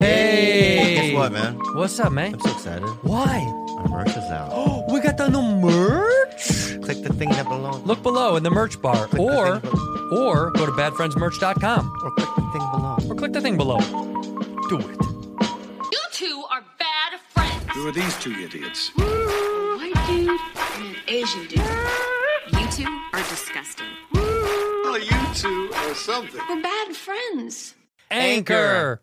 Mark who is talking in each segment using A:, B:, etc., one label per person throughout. A: Hey!
B: Guess what, man?
A: What's up, man?
B: I'm so excited.
A: Why?
B: Our merch is out.
A: we got the new merch.
B: Click the thing that belongs.
A: Look below in the merch bar,
B: the
A: or
B: thing below.
A: or go to badfriendsmerch.com
B: Or click the thing below.
A: or click the thing below. Do it.
C: You two are bad friends.
D: Who are these two idiots?
C: White dude and an Asian dude. You two are disgusting.
D: Well, you two are something.
C: We're bad friends.
A: Anchor.
B: Anchor.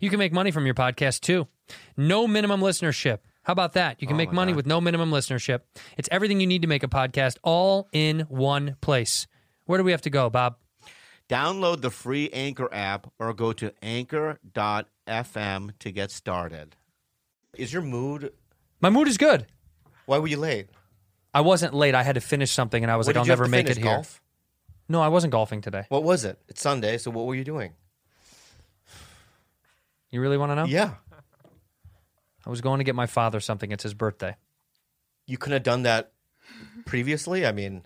A: You can make money from your podcast too. No minimum listenership. How about that? You
B: Oh
A: can make money with no minimum listenership. It's everything you need to make a podcast all in one place. Where do we have to go, Bob?
B: Download the free Anchor app or go to anchor.fm to get started. Is your mood?
A: My mood is good.
B: Why were you late?
A: I wasn't late. I had to finish something and I was like,
B: What did
A: I'll
B: you have
A: never
B: to
A: make
B: finish,
A: it here.
B: Golf?
A: No, I wasn't golfing today.
B: What was it? It's Sunday, so what were you doing?
A: You really want to know?
B: Yeah.
A: I was going to get my father something. It's his birthday.
B: You couldn't have done that previously. I mean,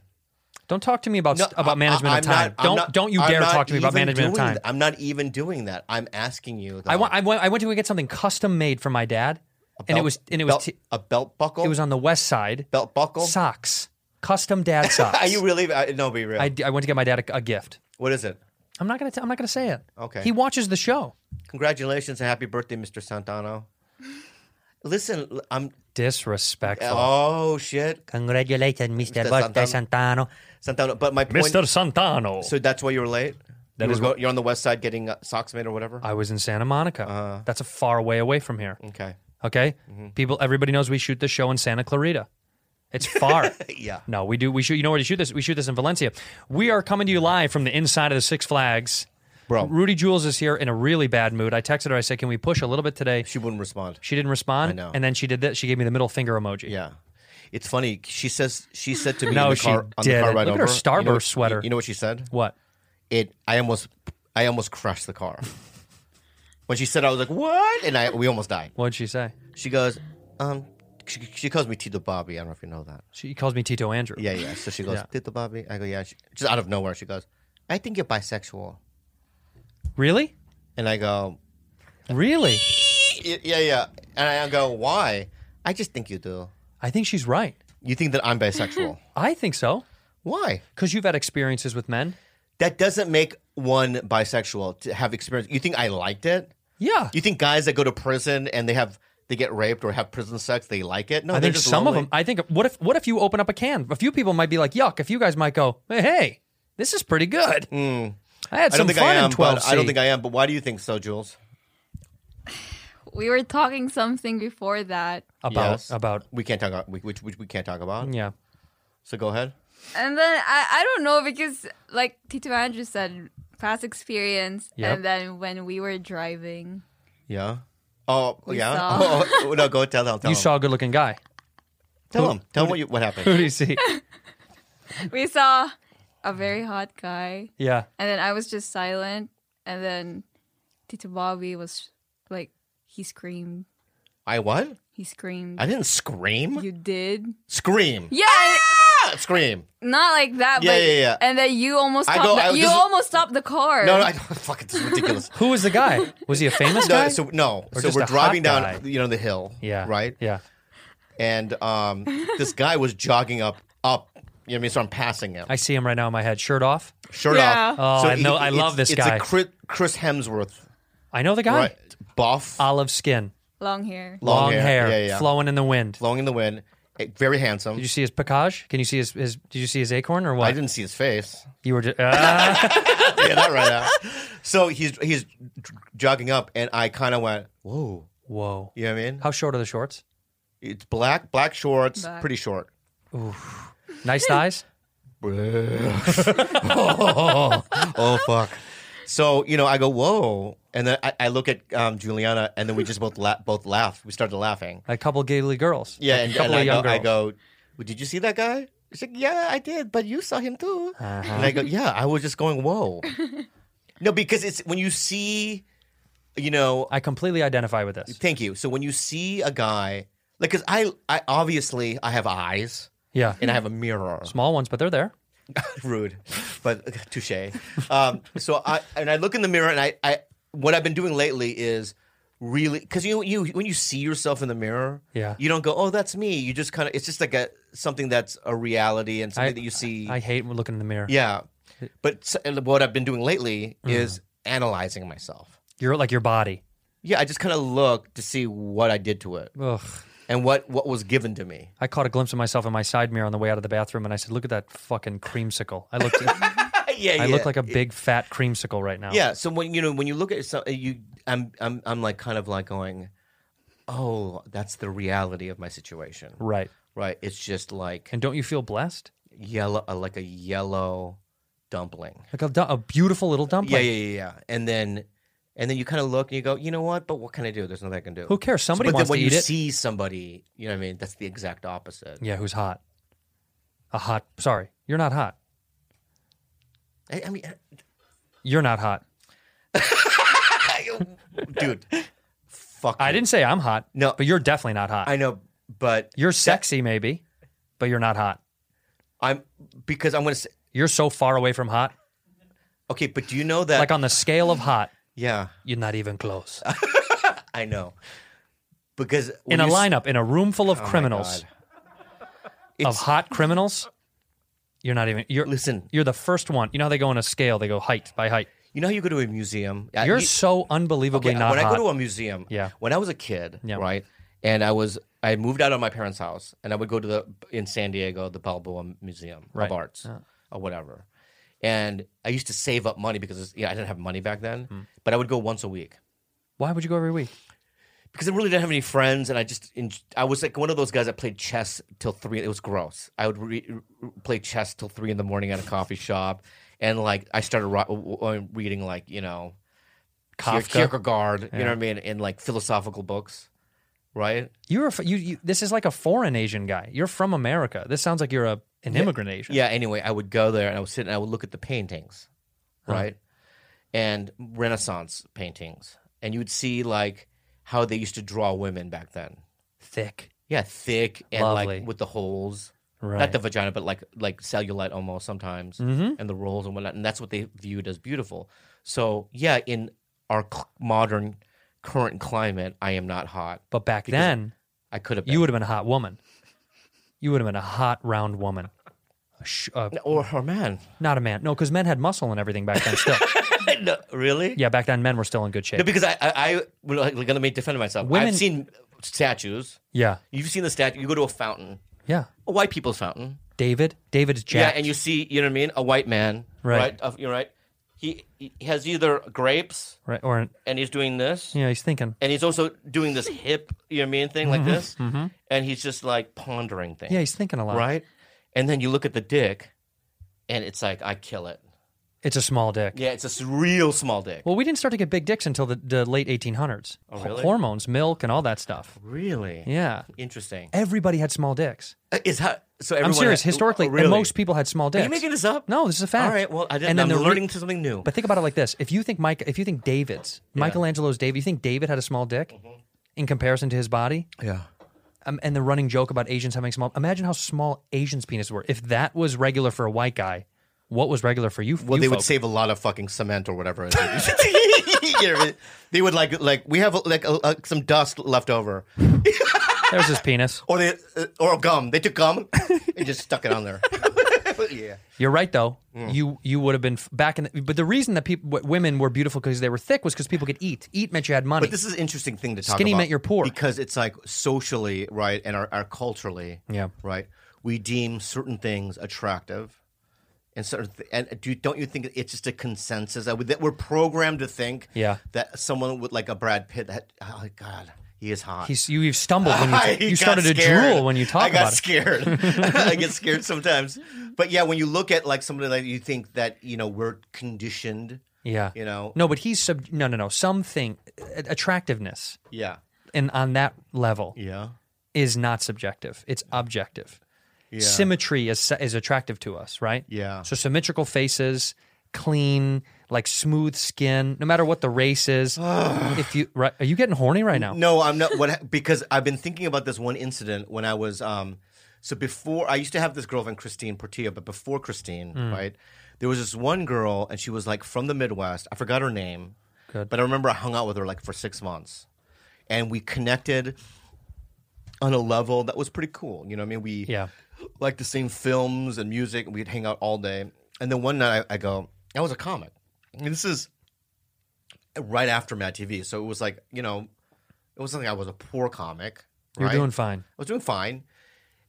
A: Don't talk to me about
B: No,
A: st- about
B: I-
A: management
B: I-
A: of
B: I'm
A: time.
B: not- I'm
A: don't
B: not-
A: don't you
B: I'm
A: dare
B: not
A: talk to me about
B: even
A: management of
B: doing
A: time.
B: th- I'm not even doing that. I'm asking you.
A: I
B: though.
A: went, I went I went to go get something custom made for my dad, and it
B: Belt-
A: was and it was
B: belt-
A: t-
B: a belt buckle.
A: it was on the west side.
B: belt buckle.
A: Socks, custom dad socks.
B: Are you really? I, no, be real.
A: I, d- I went to get my dad a, a gift.
B: what is it?
A: I'm not gonna t- I'm not gonna say it.
B: Okay.
A: He watches the show.
B: Congratulations and happy birthday, Mr. Santano. Listen, l- I'm.
A: Disrespectful.
B: Oh shit,
A: Congratulations, Mr.
B: Mr.
A: Santano.
B: Santano. But my point.
A: Mr. Santano.
B: So that's why you were late.
A: That
B: you
A: is
B: were
A: what-
B: go- you're on the west side getting uh, socks made or whatever.
A: I was in Santa Monica.
B: Uh-huh.
A: That's a far way away from here.
B: okay.
A: Okay,
B: Mm-hmm.
A: people. Everybody knows we shoot this show in Santa Clarita. It's far.
B: Yeah.
A: No, we do. We shoot. You know where to shoot this? We shoot this in Valencia. We are coming to you live from the inside of the Six Flags.
B: Bro.
A: Rudy Jules is here in a really bad mood. I texted her. I said, "Can we push a little bit today?"
B: She wouldn't respond.
A: She didn't respond.
B: I know.
A: And then she did this. She gave me the middle finger emoji.
B: Yeah. It's funny. She says she said to me
A: No,
B: in the
A: she
B: car, on the car
A: didn't.
B: ride
A: Look at
B: over.
A: her
B: you know
A: Starburst
B: what-
A: sweater.
B: You know what she said?
A: What?
B: It. I almost. I almost crashed the car. when she said, I was like, "What?" And I we almost died.
A: What'd she say?
B: She goes, um, she, she calls me Tito Bobby. I don't know if you know that.
A: She calls me Tito Andrew.
B: Yeah, yeah. So she goes,
A: Yeah.
B: Tito Bobby. I go, yeah. She, just out of nowhere, she goes, I think you're bisexual.
A: Really?
B: And I go,
A: Really?
B: "Y- yeah, yeah. And I go, why? I just think you do.
A: I think she's right.
B: You think that I'm bisexual?
A: I think so.
B: why?
A: Because you've had experiences with men.
B: That doesn't make one bisexual to have experience. You think I liked it?
A: Yeah.
B: You think guys that go to prison and they have they get raped or have prison sex, they like it? No,
A: I
B: they're
A: think
B: just
A: some
B: lonely.
A: of them. I think what if what if you open up a can? A few people might be like, "Yuck!" A few guys might go, "Hey, hey this is pretty good." I had
B: Hmm. I
A: some
B: don't think
A: fun
B: I am.
A: in twelve.
B: But I don't think I am. But why do you think so, Jules?
E: We were talking something before that,
A: about
B: Yes.
A: about
B: We can't talk about we- which which we can't talk about.
A: yeah.
B: So go ahead.
E: and then I, I don't know because like Tito Andrew said, past experience,
A: Yep.
E: and then when we were driving,
B: Yeah. Oh yeah.
E: saw.
B: Oh, oh, no, go tell them. Tell
A: You
B: them.
A: saw a good-looking guy.
B: Tell them. Tell them what you, what
A: Who
B: happened.
A: do you see?
E: we saw a very hot guy,
A: yeah.
E: and then I was just silent, and then Tito Bobby was like, he screamed,
B: I what?
E: he screamed,
B: I didn't scream.
E: you did,
B: Scream.
E: yeah.
B: Ah, scream.
E: Not like that,
B: Yeah,
E: but
B: yeah, yeah.
E: and then you almost
B: I
E: stopped
B: go-
E: the,
B: I-
E: you
B: this is-
E: almost stopped the car.
B: No, no, I don't, fuck it. This is ridiculous.
A: Who was the guy? Was he a famous guy?
B: No, so no.
A: Or
B: so
A: just a
B: we're
A: hot
B: driving down,
A: guy?
B: you know, the hill.
A: yeah.
B: Right.
A: Yeah.
B: And um, this guy was jogging up, up. You know what I mean? So I'm passing him,
A: I see him right now in my head, shirt off.
B: shirt
E: Yeah.
B: off.
A: Oh,
B: so
A: I know- I
B: it's-
A: love this
B: it's
A: guy.
B: a Chris, Chris Hemsworth,
A: I know the guy.
B: right? Buff.
A: Olive skin.
E: long hair.
A: Uh, Long,
B: Long hair.
A: hair,
B: Yeah, yeah.
A: flowing in the wind.
B: Blowing in the wind. eh, Very handsome.
A: Did you see his package? Can you see his, his? Did you see his acorn or what?
B: I didn't see his face.
A: You were just. Ah.
B: Yeah, that right out. So he's he's jogging up, and I kind of went, "Whoa!"
A: Whoa.
B: You know what I mean?
A: How short are the shorts?
B: It's black, black shorts,
E: Black.
B: pretty short.
A: Nice thighs.
B: Oh fuck! So you know, I go, "Whoa!" And then I, I look at um, Juliana, and then we just both la- both laugh. We started laughing.
A: A couple giggly girls.
B: Yeah,
A: Like
B: and,
A: a couple
B: and I,
A: of young
B: go, I
A: girls.
B: go, "Well, "Did you see that guy?" She's like, "Yeah, I did, but you saw him too."
A: Uh-huh.
B: And I go, "Yeah, I was just going, whoa." no, because it's when you see, you know,
A: I completely identify with this.
B: Thank you. So when you see a guy, like, because I, I obviously I have eyes
A: Yeah.
B: and I have a mirror.
A: Small ones, but they're there.
B: Rude, but touche. Um, so I and I look in the mirror and I, I what I've been doing lately is really because you you when you see yourself in the mirror,
A: Yeah.
B: you don't go, oh, that's me. You just kind of it's just like a something that's a reality and something that you see.
A: I hate looking in the mirror.
B: yeah, but s- what I've been doing lately
A: Mm.
B: is analyzing myself.
A: You're like your body.
B: Yeah, I just kind of look to see what I did to it
A: Ugh.
B: and what what was given to me.
A: I caught a glimpse of myself in my side mirror on the way out of the bathroom, and I said, "Look at that fucking creamsicle." I looked.
B: Uh, yeah,
A: I look like a big fat creamsicle right now.
B: yeah. So when you know when you look at some, uh, you I'm I'm I'm like kind of like going, oh, that's the reality of my situation,
A: Right.
B: right? It's just like
A: And don't you feel blessed?
B: yellow, uh, like a yellow dumpling.
A: Like a, du- a beautiful little dumpling.
B: Yeah, yeah, yeah, yeah. And then and then you kind of look and you go, you know what? But what can I do? There's nothing I can do.
A: Who cares? Somebody
B: but
A: wants
B: then when
A: to
B: you
A: eat it.
B: see somebody, you know what I mean? That's the exact opposite.
A: yeah, who's hot? A hot. Sorry, you're not hot.
B: I, I mean,
A: You're not hot.
B: dude, fuck.
A: I
B: you.
A: didn't say I'm hot.
B: No.
A: but you're definitely not hot.
B: I know, but
A: you're sexy, maybe, but you're not hot.
B: I'm because I'm gonna say.
A: You're so far away from hot.
B: Okay, but do you know that?
A: Like on the scale of hot,
B: yeah,
A: you're not even close.
B: I know. Because Uh, when
A: In a
B: you s- Oh
A: lineup, in a room full of criminals,
B: God.
A: of
B: It's-
A: hot criminals, you're not even. You're
B: Listen.
A: You're the first one. You know how they go on a scale? They go height by height.
B: you know how you go to a museum. Uh,
A: You're
B: you-
A: so unbelievably
B: okay,
A: not
B: when
A: hot.
B: I go to a museum.
A: Yeah.
B: When I was a kid,
A: Yeah.
B: right, and I was I had moved out of my parents' house, and I would go to the in San Diego the Balboa Museum
A: Right.
B: of Arts or whatever, and I used to save up money because you know, I didn't have money back then,
A: Hmm.
B: but I would go once a week.
A: Why would you go every week?
B: because I really didn't have any friends, and I just en- I was like one of those guys that played chess till three. It was gross. I would re- re- play chess till three in the morning at a coffee shop, and like I started ro- w- w- reading like you know Kier-
A: Kafka.
B: Kierkegaard, you
A: Yeah.
B: know what I mean, and like philosophical books, right?
A: You're a, f- you, you. This is like a foreign Asian guy. You're from America. This sounds like you're a an immigrant Asian.
B: Yeah. Anyway, I would go there and I would sit and I would look at the paintings, right, and Renaissance paintings, and you would see like how they used to draw women back then.
A: thick.
B: Yeah, thick and
A: Lovely.
B: like with the holes.
A: Right. Mm-hmm.
B: not the vagina, but like like cellulite almost sometimes, and the rolls and whatnot, and that's what they viewed as beautiful. So yeah, in our cl- modern current climate, I am not hot.
A: but back
B: because
A: then,
B: I could have been,
A: you would have been a hot woman. You would have been a hot round woman. A sh- uh,
B: or her man.
A: not a man. No, because men had muscle and everything back then. Still,
B: no, really?
A: yeah, back then men were still in good shape.
B: No, because I I, I we're like, gonna make defend myself.
A: Women-
B: I've seen statues.
A: yeah,
B: You've seen the statue. You go to a fountain,
A: yeah.
B: a white people's fountain.
A: David, David's jacked.
B: Yeah, and you see, you know what I mean, a white man,
A: Right.
B: Uh, you're right. He, he has either grapes
A: right or
B: and he's doing this.
A: yeah, he's thinking.
B: and he's also doing this hip, you know what I mean, thing like this, and he's just like pondering things,
A: Mm-hmm, Yeah, he's thinking a lot.
B: right? And then you look at the dick, and it's like I kill it.
A: It's a small dick.
B: Yeah, it's a s- real small dick.
A: Well, we didn't start to get big dicks until the, the late 1800s.
B: Oh,
A: Ho-
B: really?
A: hormones, milk, and all that stuff.
B: really,
A: Yeah.
B: interesting.
A: Everybody had small dicks.
B: Uh, Is how so? Everyone
A: I'm serious.
B: ha-
A: Historically,
B: oh, really?
A: and most people had small
B: Are
A: dicks.
B: you making this up?
A: No, this is a fact.
B: All right. Well, I didn't.
A: And then
B: I'm
A: the re-
B: learning something new.
A: But think about it like this: if you think Mike, if you think David's Michelangelo's David, you think David had a small dick in comparison to his body,
B: yeah.
A: um, and the running joke about Asians having small. Imagine how small Asians' penises were. If that was regular for a white guy, what was regular for you?
B: Well,
A: you
B: they would
A: folk?
B: save a lot of fucking cement or whatever. it is. You know what I mean? They would like like we have like a, a, some dust left over.
A: "There's his penis."
B: or they uh, or gum. They took gum and just stuck it on there.
F: yeah.
A: You're right though. You you would have been f- back in. The, but the reason that people w- women were beautiful because they were thick was because people could eat. Eat meant you had money.
B: But this is an interesting thing to talk
A: Skinny
B: about.
A: meant you're poor.
B: Because it's like socially, right, and our, our culturally,
A: Yeah.
B: right, we deem certain things attractive. And certain th- and do, don't you think it's just a consensus that we- that we're programmed to think
A: Yeah.
B: that someone with like a Brad Pitt, that, oh, God, he is hot.
A: He's, you, you've stumbled when
B: I
A: you, you
B: got
A: started to
B: scared.
A: drool when you talk
B: I got
A: about it.
B: scared. I get scared sometimes. But yeah, when you look at like somebody like you think that you know we're conditioned.
A: Yeah.
B: You know.
A: No, but he's sub. No, no, no. Something a- attractiveness
B: Yeah.
A: and on that level
B: Yeah.
A: is not subjective. It's objective. Symmetry is is attractive to us, right?
B: Yeah.
A: So symmetrical faces, clean, like smooth skin, no matter what the race is. if you right, are you getting horny right now?
B: No, I'm not. What ha- because I've been thinking about this one incident when I was um. So before I used to have this girlfriend Christine Portillo, but before Christine,
A: Hmm.
B: right, there was this one girl, and she was like from the Midwest. I forgot her name,
A: Good.
B: but I remember I hung out with her like for six months, and we connected on a level that was pretty cool. You know, what I mean, we
A: Yeah.
B: like the same films and music, and we'd hang out all day. And then one night I, I go, I was a comic. And this is right after Mad TV. So it was like, you know, it wasn't like I was a poor comic.
A: You're
B: right?
A: doing fine.
B: I was doing fine.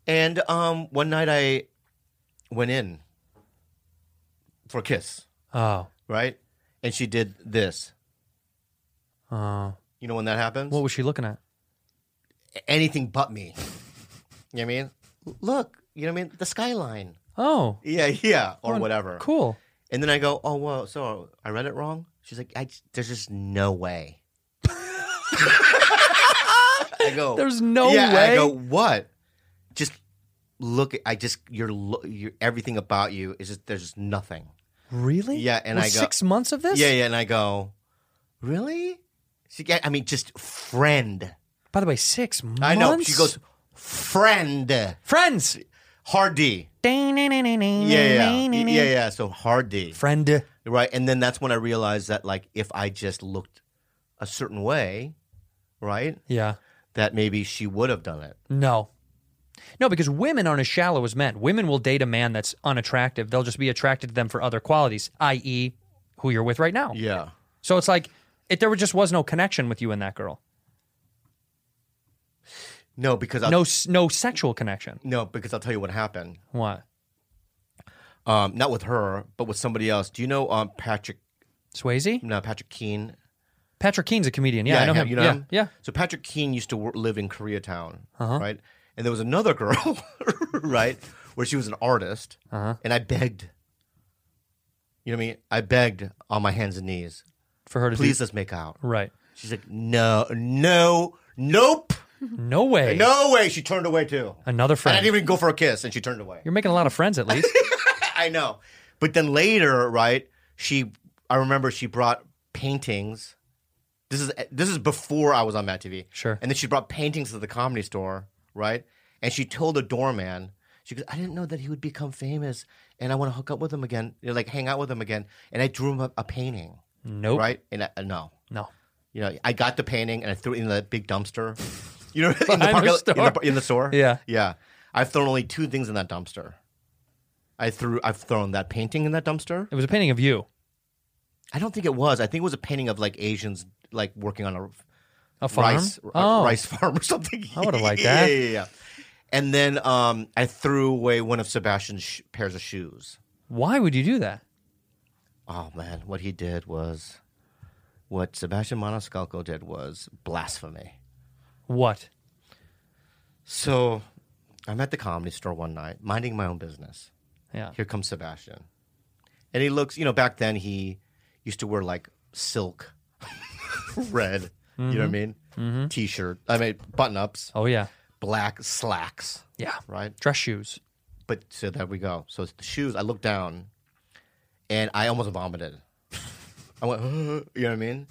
B: And um, one night I went in for a kiss,
A: Oh,
B: right? And she did this.
A: oh.
B: You know when that happens?
A: What was she looking at?
B: Anything but me. you know what I mean? Look, you know what I mean? The skyline.
A: Oh,
B: Yeah, yeah, or
A: Oh,
B: whatever.
A: cool.
B: And then I go, oh, whoa, so I read it wrong? She's like, I, there's just no way. I go,
A: There's no
B: yeah, and I
A: way?
B: go, what? Just look, at- I just, you're, lo- you're, everything about you is just, there's just nothing.
A: Really?
B: Yeah, and
A: With
B: I got-
A: six months of this.
B: Yeah, yeah. And I go, really? She, I mean, just friend.
A: By the way, six months.
B: I know. She goes, friend.
A: friends.
B: Hard D. Yeah, yeah. Yeah, yeah. So hard D.
A: Friend.
B: Right. And then that's when I realized that, like, if I just looked a certain way, right,
A: Yeah.
B: that maybe she would have done it.
A: No. No, because women aren't as shallow as men. Women will date a man that's unattractive. They'll just be attracted to them for other qualities, i.e., who you're with right now.
B: Yeah.
A: So it's like it, there just was no connection with you and that girl.
B: No, because I'll,
A: No,
B: no.
A: s- no sexual connection.
B: because I'll tell you what happened.
A: What?
B: Um, not with her, but with somebody else. Do you know um, Patrick?
A: Swayze?
B: No, Patrick Keene.
A: Patrick Keene's a comedian. Yeah, I know him.
B: You know
A: yeah,
B: him?
A: yeah. Uh-huh.
B: So Patrick Keene used to wor live in Koreatown, right? And there was another girl, right, where she was an artist,
A: Uh-huh.
B: and I begged. You know what I mean? I begged on my hands and knees,
A: For her to
B: please
A: do,
B: let's make out.
A: right?
B: She's like, no, no, nope,
A: No way.
B: no way. She turned away too.
A: Another
B: And I
A: friend.
B: didn't even go for a kiss, and she turned away.
A: You're making a lot of friends at least.
B: I know. But then later, right? She, I remember she brought paintings. This is this is before I was on Matt TV.
A: Sure.
B: And then she brought paintings to the comedy store, right? And she told the doorman, she goes, "I didn't know that he would become famous, and I want to hook up with him again, you know, like hang out with him again." And I drew him a, a painting,
A: nope.
B: right? And I, no,
A: No.
B: you know, I got the painting and I threw it in the big dumpster. You know, in the,
A: Behind
B: parking
A: the
B: lot-
A: store.
B: In, the, in the store.
A: Yeah.
B: yeah. I've thrown only two things in that dumpster. I threw. I've thrown that painting in that dumpster.
A: It was a painting of you,
B: I don't think it was. I think it was a painting of like Asians like working on a,
A: a farm.
B: rice a
A: oh,
B: rice farm or something.
A: I would've liked
B: Yeah,
A: that.
B: yeah, yeah, yeah. And then um, I threw away one of Sebastian's sh- pairs of shoes.
A: Why would you do that?
B: Oh man, what he did was, what Sebastian Maniscalco did was blasphemy.
A: What?
B: So I'm at the comedy store one night, minding my own business.
A: Yeah.
B: Here comes Sebastian. And he looks, you know, back then he used to wear like silk, red, you know what I mean? T shirt, I mean, button ups,
A: Oh yeah.
B: black slacks,
A: Yeah.
B: right?
A: Dress shoes.
B: But so there we go. So it's the shoes, I look down and I almost vomited. I went, you know what I mean?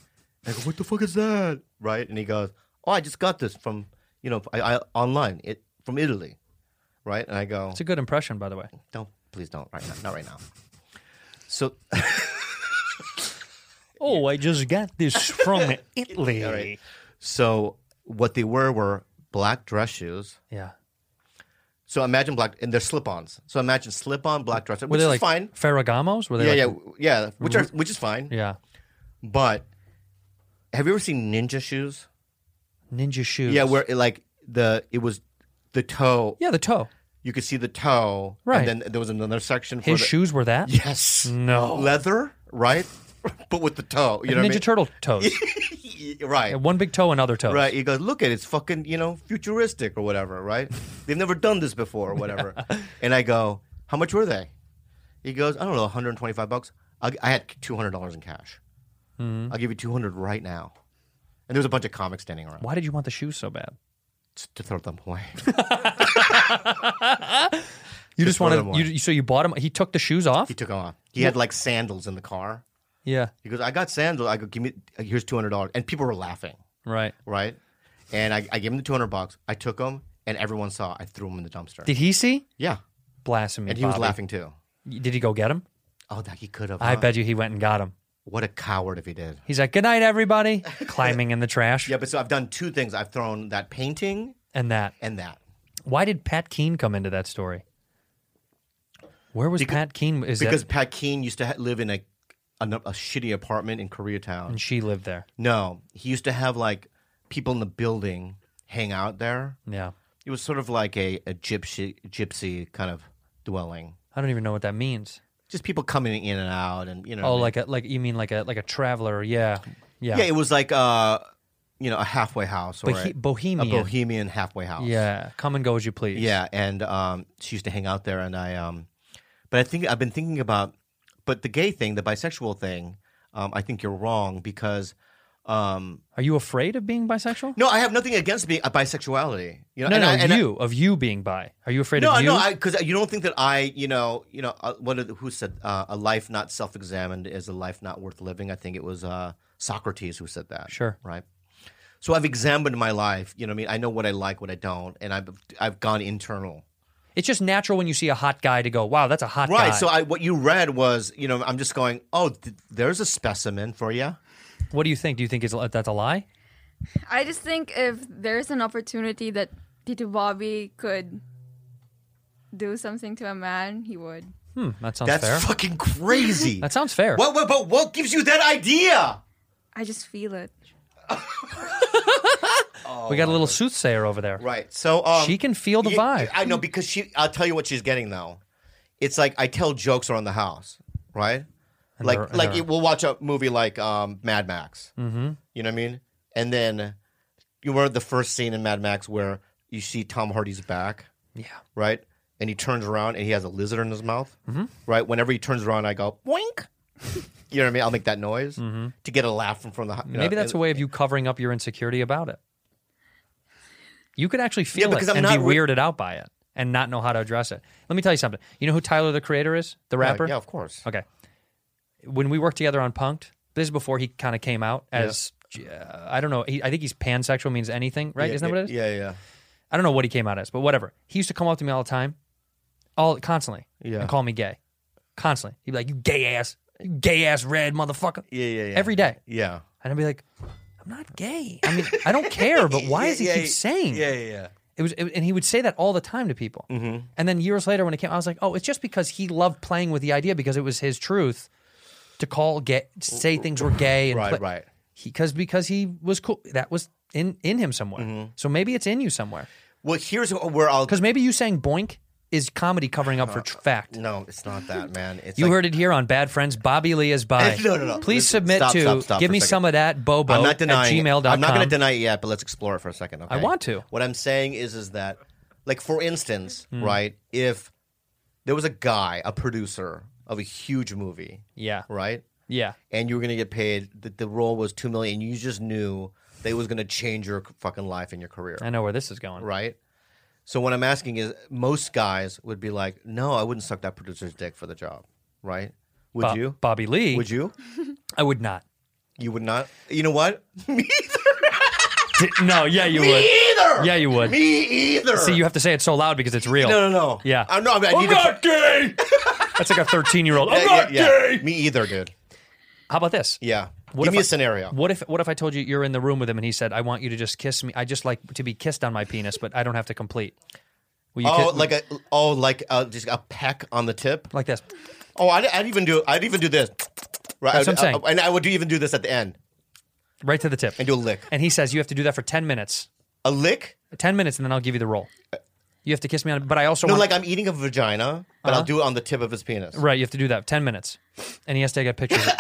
B: I go, what the fuck is that? Right? And he goes, oh, I just got this from, you know, I, I online, it from Italy, right? And I go,
A: It's a good impression, by the way.
B: don't, please don't, right now, not right now. So,
A: Oh, I just got this from Italy.
B: so what they were were black dress shoes,
A: Yeah.
B: So imagine black and they're slip-ons. So imagine slip-on black dresses,
A: Were
B: which
A: they
B: is
A: like
B: fine.
A: Ferragamos? Were
B: Yeah,
A: they
B: yeah,
A: like,
B: w- yeah. Which are which is fine.
A: yeah,
B: But have you ever seen ninja shoes?
A: ninja shoes?
B: Yeah, where it, like the it was the toe.
A: yeah, the toe.
B: You could see the toe.
A: Right.
B: And then there was another section for
A: His
B: the,
A: shoes were that.
B: Yes.
A: No.
B: Leather, right? but with the toe. You
A: Like Ninja
B: know what I mean?
A: Turtle toes.
B: Right.
A: Yeah, one big toe and other toes.
B: Right. He goes, look at it, it's fucking, you know, futuristic or whatever, right? They've never done this before or whatever. and I go, how much were they? He goes, I don't know, 125 bucks. I, I had $200 in cash.
A: Hmm.
B: I'll give you 200 right now. And there was a bunch of comics standing around
A: Why did you want the shoes so bad?
B: just to throw them away.
A: You
B: Just
A: just,
B: throw
A: wanted
B: them away.
A: you. So you bought him. He took the shoes off.
B: he took them off. He had like sandals in the car.
A: yeah.
B: He goes, I got sandals. I go, give me, here's $200. And people were laughing.
A: Right.
B: right? And I, I gave him the 200 bucks. I took them, and everyone saw. I threw them in the dumpster.
A: Did he see?
B: yeah,
A: Blasphemy.
B: and he was
A: Bobby.
B: laughing too.
A: Did he go get him?
B: Oh, that he could have.
A: I
B: huh?
A: bet you he went and got him.
B: What a coward if he did.
A: He's like, "Good night, everybody." Climbing in the trash.
B: Yeah, but so I've done two things. I've thrown that painting
A: And that.
B: and that.
A: Why did Pat Keene come into that story? Where was
B: Because-
A: Pat Keene? Is
B: because
A: that,
B: Pat Keene used to ha- live in a, a a shitty apartment in Koreatown.
A: and she lived there.
B: No, he used to have like people in the building hang out there.
A: Yeah.
B: It was sort of like a, a gypsy gypsy kind of dwelling.
A: I don't even know what that means.
B: Just people coming in and out, and you know.
A: Oh,
B: what I mean?
A: like a like you mean like a like a traveler? Yeah, yeah,
B: Yeah, it was like uh you know, a halfway house or
A: Bohe-
B: a,
A: bohemian.
B: a bohemian halfway house.
A: yeah. Come and go as you please.
B: Yeah, and um she used to hang out there and I um but I think I've been thinking about but the gay thing, the bisexual thing, um, I think you're wrong because um
A: Are you afraid of being bisexual?
B: no, I have nothing against being a bisexuality. You know,
A: no,
B: and
A: no,
B: I, and I-
A: you of you being bi. Are you afraid
B: no,
A: of you?
B: no, because you don't think that I, you know, you know, uh, what are the- who said uh, a life not self-examined is a life not worth living. I think it was uh, Socrates who said that.
A: Sure.
B: right. So I've examined my life. You know, what I mean, I know what I like, what I don't, and I've I've gone internal.
A: it's just natural when you see a hot guy to go, "Wow, that's a hot guy."
B: Right. So I, what you read was, you know, I'm just going, oh, th- there's a specimen for you.
A: what do you think? Do you think it's, that's a lie?
E: I just think if there's an opportunity that Tito Bobby could do something to a man, he would.
A: Hmm, that sounds
B: That's
A: fair.
B: fucking crazy.
A: that sounds fair.
B: what, what, but what gives you that idea?
E: I just feel it.
A: we got a little soothsayer over there.
B: Right. So um,
A: She can feel the
B: y-
A: vibe.
B: I know because she. I'll tell you what she's getting though. It's like I tell jokes around the house, right? like
A: they're- and
B: like
A: they're-
B: it- we'll watch a movie like um, Mad Max. Mm-hmm. You know what I mean? And then you remember the first scene in Mad Max where you see Tom Hardy's back,
A: Yeah.
B: right? And he turns around and he has a lizard in his mouth, mm-hmm. right? Whenever he turns around, I go boink. you know what I mean? I'll make that noise to get a laugh from from the. you know,
A: Mm-hmm. Maybe that's
B: and-
A: a way of you covering up your insecurity about it. You could actually feel
B: because
A: it
B: I'm
A: and
B: not
A: be
B: re-
A: weirded out by it and not know how to address it. Let me tell you something. You know who Tyler the Creator is? The rapper?
B: Yeah, of course.
A: Okay. When we worked together on Punked, this is before he kind of came out as uh, I don't know. He, I think he's pansexual means anything, right?
B: Yeah,
A: Isn't that what it is?
B: Yeah, yeah.
A: I don't know what he came out as, but whatever. He used to come up to me all the time, all constantly,
B: Yeah.
A: and call me gay, constantly. He'd be like, "You gay ass, you gay ass red motherfucker,"
B: Yeah, yeah, yeah.
A: every day,
B: Yeah.
A: and I'd be like, "I'm not gay. I mean, I don't care, but why does he
B: Yeah,
A: keep
B: yeah,
A: saying?"
B: Yeah, yeah, yeah.
A: It was, and he would say that all the time to people. Mm-hmm. And then years later, when it came, I was like, "Oh, it's just because he loved playing with the idea because it was his truth to call gay, say things were gay, and
B: Mm-hmm. Right,
A: play-
B: right.
A: He because because he was cool. That was in in him somewhere.
B: Mm-hmm.
A: So maybe it's in you somewhere.
B: Well, here's where I'll.
A: Because maybe you saying boink is comedy covering up for tr- fact.
B: Uh, No, it's not that, man. It's
A: You
B: like-
A: heard it here on Bad Friends. Bobby Lee is by.
B: No, no, no.
A: Please
B: Listen,
A: submit
B: stop,
A: to
B: stop, stop
A: give
B: for a
A: me
B: second.
A: some of that bobo
B: I'm not denying.
A: at gmail.com.
B: I'm not going to deny it yet, but let's explore it for a second. Okay.
A: want to.
B: What I'm saying is, is that, like, for instance,
A: Hmm.
B: right? If there was a guy, a producer of a huge movie,
A: Yeah.
B: right,
A: Yeah.
B: and you were going to get paid, that the role was two million, you just knew that it was going to change your fucking life and your career,
A: I know where this is going.
B: right? So what I'm asking is, most guys would be like, "No, I wouldn't suck that producer's dick for the job," right? Would
A: Bo-
B: you?
A: Bobby Lee.
B: Would you?
A: I would not.
B: You would not. You know what? Me
A: D- no, yeah, you would.
B: either.
A: Yeah, you would.
B: Me either.
A: See, you have to say it so loud because it's real.
B: No, no, no.
A: Yeah.
B: I know. I, mean, I
A: I'm
B: need
A: not
B: to.
A: gay. That's like a 13 year old. I'm not
B: yeah, yeah.
A: gay.
B: Me either, dude.
A: How about this?
B: Yeah.
A: What
B: Give
A: if
B: me a
A: I-
B: scenario.
A: What if what if I told you you're in the room with him and he said, "I want you to just kiss me. I just like to be kissed on my penis, but I don't have to complete." Well,
B: oh, like a oh, like uh, just a peck on the tip.
A: like this.
B: Oh, I'd, I'd even do I'd even do this. Right,
A: That's
B: I would-
A: what I'm saying.
B: I- and I would do, even do this at the end
A: right to the tip.
B: and do a lick.
A: And he says you have to do that for ten minutes.
B: A lick?
A: Ten minutes, and then I'll give you the roll. You have to kiss me on. Uh-huh. But I also
B: Uh, No,
A: want
B: like I'm eating a vagina, but I'll do it on the tip of his penis.
A: right. You have to do that ten minutes, and he has to take a picture. of it.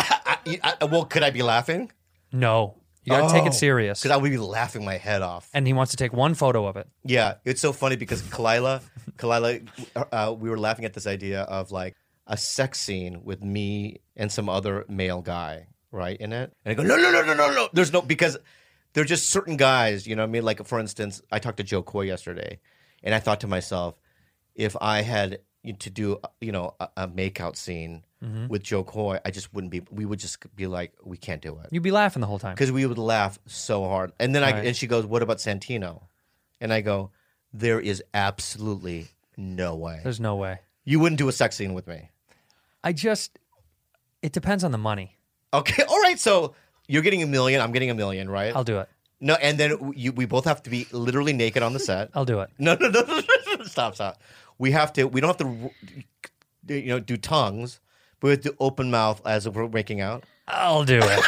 B: I, I- well, could I be laughing?
A: No, you got to take
B: Oh.
A: it serious.
B: Because I would be laughing my head off.
A: and he wants to take one photo of it.
B: Yeah, it's so funny because Kalila, Kalila, uh, we were laughing at this idea of like a sex scene with me and some other male guy, right? In it, and I go, no, no, no, no, no, no. There's no because there are just certain guys, you know. what I mean, like for instance, I talked to Joe Coy yesterday, and I thought to myself, if I had to do, you know, a, a makeout scene with Joe Coy, I just wouldn't be. We would just be like, we can't do it
A: You'd be laughing the whole time.
B: because we would laugh so hard. And then I
A: Right.
B: and she goes, "What about Santino?" And I go, "There is absolutely no way
A: There's no way.
B: you wouldn't do a sex scene with me."
A: I just. It depends on the money.
B: Okay, all right. So you're getting a million. I'm getting a million, right?
A: I'll do it.
B: no, and then you, we both have to be literally naked on the set.
A: I'll do it.
B: no, no, no, no, stop, stop. We have to. We don't have to, you know, do tongues, but we have to open mouth as we're making out.
A: I'll do it.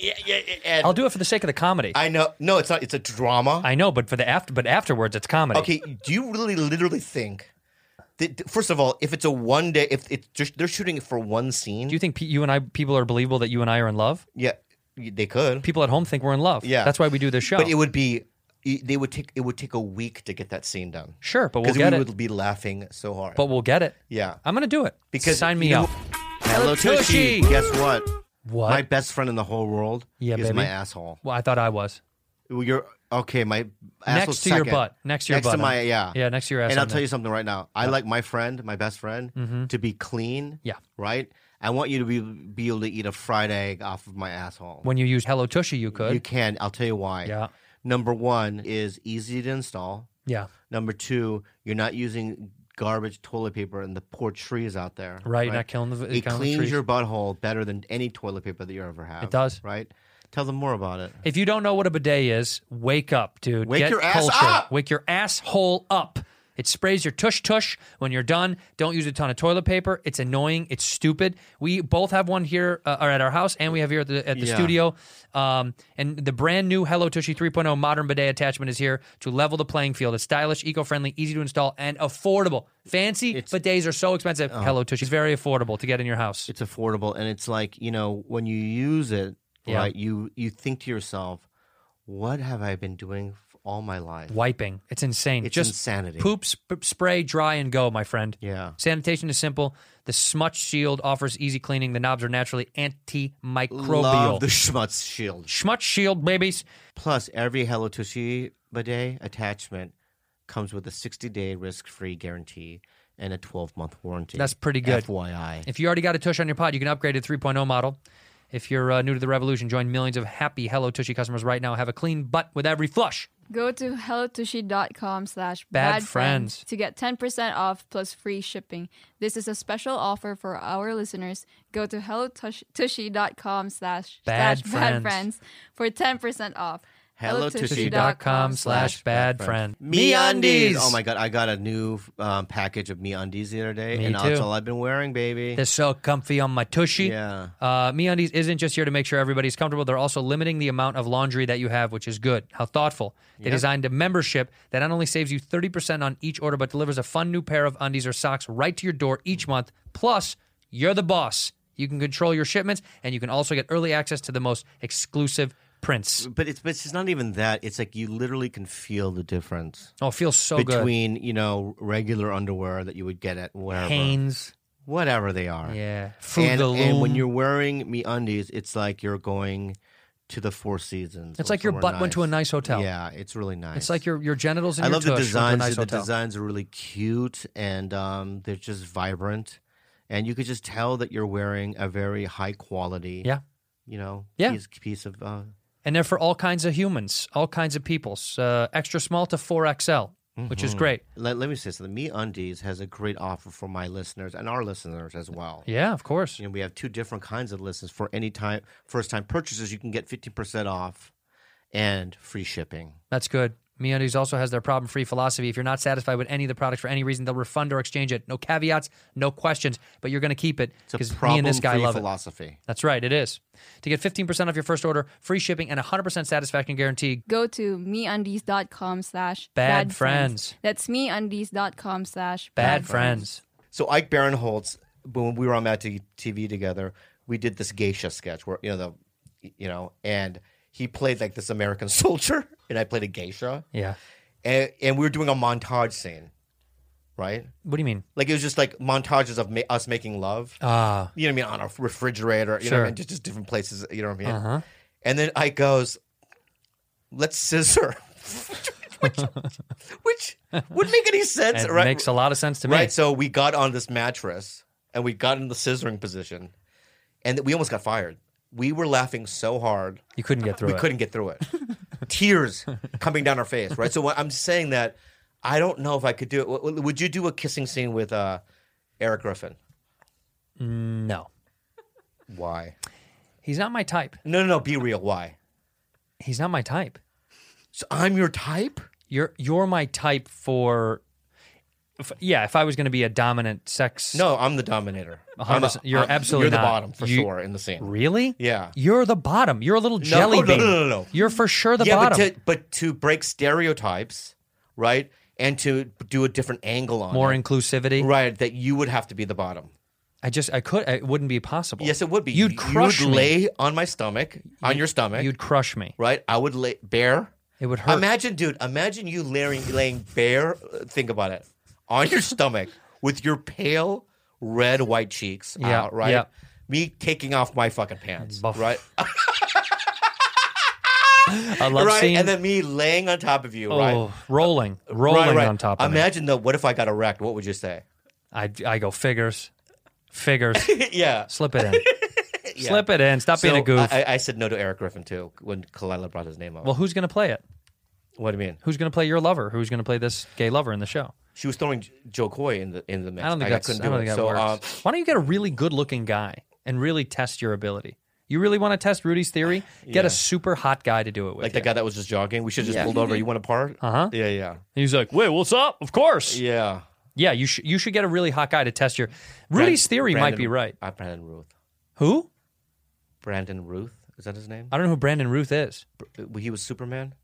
B: Yeah, yeah, yeah, and
A: I'll do it for the sake of the comedy. I,
B: I know. No, it's not. It's a drama.
A: know, but for the after, but afterwards, it's comedy.
B: Okay, do you really literally think that first of all, if it's a one day, if it's just they're shooting it for one scene,
A: Do you think pe- you and I people are believable that you and I are in love?
B: yeah, they could,
A: People at home think we're in love.
B: Yeah.
A: that's why we do this show.
B: but it would be they would take it would take a week to get that scene done
A: sure, but we'll
B: because
A: get
B: we
A: it.
B: would be laughing so hard.
A: But we'll get it.
B: yeah,
A: I'm gonna do it.
B: because
A: sign me
B: you-
A: up.
B: Hello,
A: Tushy.
B: Tushy. Guess what?
A: What?
B: My best friend in the whole world
A: Yeah,
B: is
A: baby.
B: my asshole.
A: well, I thought I was
B: Well, You're okay. My asshole's
A: next to your
B: second.
A: butt. Next to your
B: next
A: butt.
B: to my
A: huh?
B: yeah
A: Yeah, next to your ass.
B: Ah. And I'll
A: on
B: tell
A: the-
B: you something right now. I like my friend, my best friend, to be clean.
A: Yeah.
B: Right. I want you to be be able to eat a fried egg off of my asshole.
A: when you use Hello Tushy, you could.
B: you can, I'll tell you why.
A: Yeah.
B: Number one is easy to install.
A: yeah.
B: Number two, you're not using garbage toilet paper and the poor trees out there.
A: Right, you're not killing the-
B: It
A: killing the
B: cleans
A: trees.
B: your butthole better than any toilet paper that you ever have. It
A: does.
B: Right. Tell them more about it.
A: If you don't know what a bidet is, wake up, dude.
B: Wake
A: Get
B: your ass
A: culture.
B: up!
A: Wake your asshole up. It sprays your tush tush when you're done. Don't use a ton of toilet paper. It's annoying. It's stupid. We both have one here uh, or at our house, and we have here at the, at the
B: Yeah.
A: studio. Um, and the brand new Hello Tushy 3.0 modern bidet attachment is here to level the playing field. It's stylish, eco friendly, easy to install, and affordable. Fancy bidets are so expensive.
B: Oh.
A: Hello Tushy is very affordable to get in your house.
B: it's affordable and it's like you know when you use it
A: Yeah.
B: right you you think to yourself what have i been doing f- all my life
A: wiping. It's insane.
B: It's
A: Just
B: insanity.
A: Poop, sp- spray, dry, and go, my friend.
B: Yeah.
A: Sanitation is simple. The smutch shield offers easy cleaning. The knobs are naturally antimicrobial.
B: love the schmutz shield
A: Schmutz shield, babies.
B: plus every hello tushy bidet attachment comes with a 60 day risk free guarantee and a 12 month warranty
A: That's pretty good.
B: fyi
A: If you already got a tush on your pod, you can upgrade to 3.0 model. If you're uh, new to the revolution, join millions of happy Hello Tushy customers right now. Have a clean butt with every flush.
E: Go to hellotushy.com slash
A: Bad friends.
E: badfriends to get 10% off plus free shipping. This is a special offer for our listeners. Go to hellotushy.com slash
A: Bad
E: slash
A: friends.
E: badfriends for 10% off.
B: Hellotushy.com
E: hellotushy.com
A: slash bad friend.
B: me oh my god i got a new um, package of me undies the other day
A: Me
B: and
A: too.
B: that's all i've been wearing baby
A: They're so comfy on my tushy.
B: Yeah.
A: Uh, MeUndies isn't just here to make sure everybody's comfortable. They're also limiting the amount of laundry that you have, which is good. How thoughtful. They designed a membership that not only saves you 30% on each order, but delivers a fun new pair of undies or socks right to your door each month. Plus, you're the boss. You can control your shipments, and you can also get early access to the most exclusive prints.
B: But it's but it's just not even that. It's like you literally can feel the difference
A: Oh, it feels so good.
B: between you know regular underwear that you would get at wherever,
A: Hanes.
B: whatever they are.
A: Yeah. Food
B: And,
A: the
B: and when
A: Loom.
B: you're wearing me undies, it's like you're going to the Four Seasons.
A: It's
B: or
A: like your
B: somewhere
A: butt went to a nice hotel.
B: Yeah, it's really nice.
A: It's like your, your genitals and
B: I
A: your
B: love the
A: tush went to a
B: designs.
A: nice
B: the
A: hotel.
B: designs are really cute and um, they're just vibrant, and you could just tell that you're wearing a very high quality.
A: Yeah.
B: You know.
A: Yeah.
B: Piece, piece of. Uh,
A: and they're for all kinds of humans, all kinds of peoples, uh, extra small to 4XL, which
B: Mm-hmm.
A: is great.
B: Let, let me say something. Me Undies has a great offer for my listeners and our listeners as well.
A: Yeah, of course.
B: You know, we have two different kinds of listeners. For any time first time purchases, you can get fifteen percent off and free shipping.
A: That's good. MeUndies also has their problem-free philosophy. If you're not satisfied with any of the products for any reason, they'll refund or exchange it. No caveats, no questions. But you're going to keep it
B: It's
A: because
B: a
A: me and this guy
B: problem-free
A: love it.
B: philosophy.
A: That's right, it is. To get 15% off your first order, free shipping, and 100% satisfaction guarantee,
E: Go to meundies.com slash
A: Bad friends.
E: That's meundies.com slash
A: bad friends.
B: So Ike Barinholtz, when we were on Mad T- TV together, we did this geisha sketch where you know the, you know, and he played like this American soldier, and I played a geisha,
A: Yeah.
B: and, and we were doing a montage scene, right?
A: What do you mean?
B: Like it was just like montages of ma- us making love.
A: Ah,
B: you know what I mean, on a refrigerator, you know
A: Sure. Uh-huh.
B: what I mean, just, just different places, you know what I mean? And then I goes, let's scissor, which, which wouldn't make any sense,
A: it
B: right?
A: makes a lot of sense to me.
B: right, so we got on this mattress and we got in the scissoring position and we almost got fired. We were laughing so hard
A: you couldn't get through
B: we
A: it.
B: couldn't get through it. Tears coming down our face, right? So what I'm saying that I don't know if I could do it. W- w- Would you do a kissing scene with uh, Eric Griffin?
A: No.
B: Why?
A: He's not my type.
B: No, no, no. Be real. Why?
A: He's not my type.
B: So I'm your type.
A: You're you're my type for if, yeah, if I was going to be a dominant sex
B: No, I'm the dominator.
A: A
B: I'm
A: hundred
B: a-
A: percent. You're
B: I'm-
A: absolutely
B: you're the
A: not.
B: bottom for
A: You-
B: sure in the scene.
A: Really?
B: Yeah.
A: You're the bottom. You're a little jelly
B: no, no,
A: bean.
B: no, no, no.
A: You're for sure the
B: yeah,
A: bottom.
B: but to but to break stereotypes, right, and to do a different angle on
A: More
B: it,
A: inclusivity.
B: right, that you would have to be the bottom.
A: I just I could it wouldn't be possible.
B: Yes, it would be.
A: You'd crush
B: you would
A: me.
B: lay on my stomach, on your stomach.
A: You'd crush me.
B: right? I would lay bare.
A: It would hurt.
B: Imagine, dude. Imagine you laying laying bare. uh, Think about it on your stomach with your pale red white cheeks
A: Yeah,
B: out, right?
A: yeah.
B: Me taking off my fucking pants,
A: Buff.
B: right?
A: I love
B: right,
A: seeing
B: and then me laying on top of you,
A: oh,
B: right?
A: rolling, rolling
B: right, right.
A: on top of me.
B: Imagine though, what if I got erect? What would you say?
A: I I go figures, figures.
B: yeah,
A: Slip it in. Slip it in. Stop being a
B: So
A: goof.
B: I, I said no to Eric Griffin too when Kalila brought his name up.
A: well, who's going to play it?
B: what do you mean?
A: Who's going to play your lover? Who's going to play this gay lover in the show?
B: She was throwing J- Joe Coy in the in the mix.
A: I don't think that's, I,
B: couldn't do
A: don't
B: it.
A: think that
B: so,
A: works.
B: uh,
A: Why don't you get a really good-looking guy and really test your ability? You really want to test Rudy's theory? Get a super hot guy to do it with.
B: like the
A: you.
B: guy that was just jogging, we should just pulled over. You want to part? Uh
A: Uh-huh.
B: Yeah, yeah.
A: He's like, "Wait, what's up?" Of course. Yeah,
B: Yeah.
A: you should you should get a really hot guy to test your. Rudy's theory might
B: Brandon-
A: be right.
B: Uh, Brandon Ruth.
A: Who?
B: Brandon Ruth is that his name?
A: I don't know who Brandon Ruth is.
B: Br- Uh, He was Superman.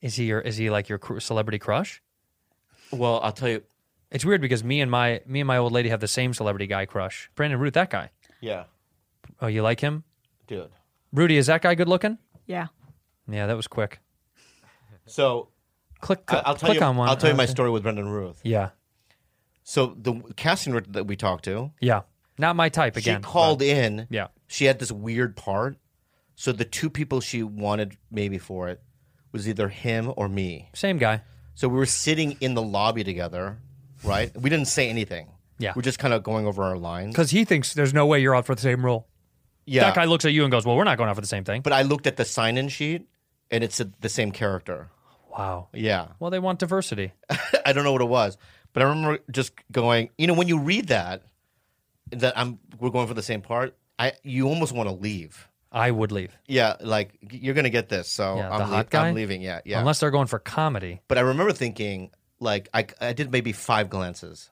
A: Is he your is he like your cr- celebrity crush?
B: Well, I'll tell you.
A: It's weird because me and my me and my old lady have the same celebrity guy crush. Brandon Ruth, that guy.
B: Yeah,
A: Oh, you like him?
B: dude.
A: Rudy, is that guy good looking?
E: Yeah.
A: Yeah, that was quick.
B: So
A: Click.
B: I- I'll tell
A: click
B: you.
A: on one.
B: I'll tell you my
A: Okay.
B: story with Brandon Ruth.
A: Yeah,
B: So the casting director that we talked to,
A: yeah. Not my type again.
B: she called in.
A: Yeah.
B: She had this weird part. So the two people she wanted maybe for it was either him or me.
A: but Same guy.
B: So we were sitting in the lobby together, right? We didn't say anything.
A: Yeah.
B: We're just kind of going over our lines.
A: Because he thinks there's no way you're out for the same role.
B: Yeah.
A: That guy looks at you and goes, "Well, we're not going out for the same thing."
B: but I looked at the sign in sheet and it said the same character.
A: wow.
B: Yeah.
A: Well, they want diversity.
B: I don't know what it was, but I remember just going, you know, when you read that, that I'm we're going for the same part, I you almost want to leave.
A: I would leave
B: Yeah, like you're gonna get this, so
A: Yeah,
B: I'm,
A: the
B: lea-
A: hot guy?
B: I'm leaving. Yeah, yeah.
A: unless they're going for comedy.
B: but I remember thinking, like, I I did maybe five glances.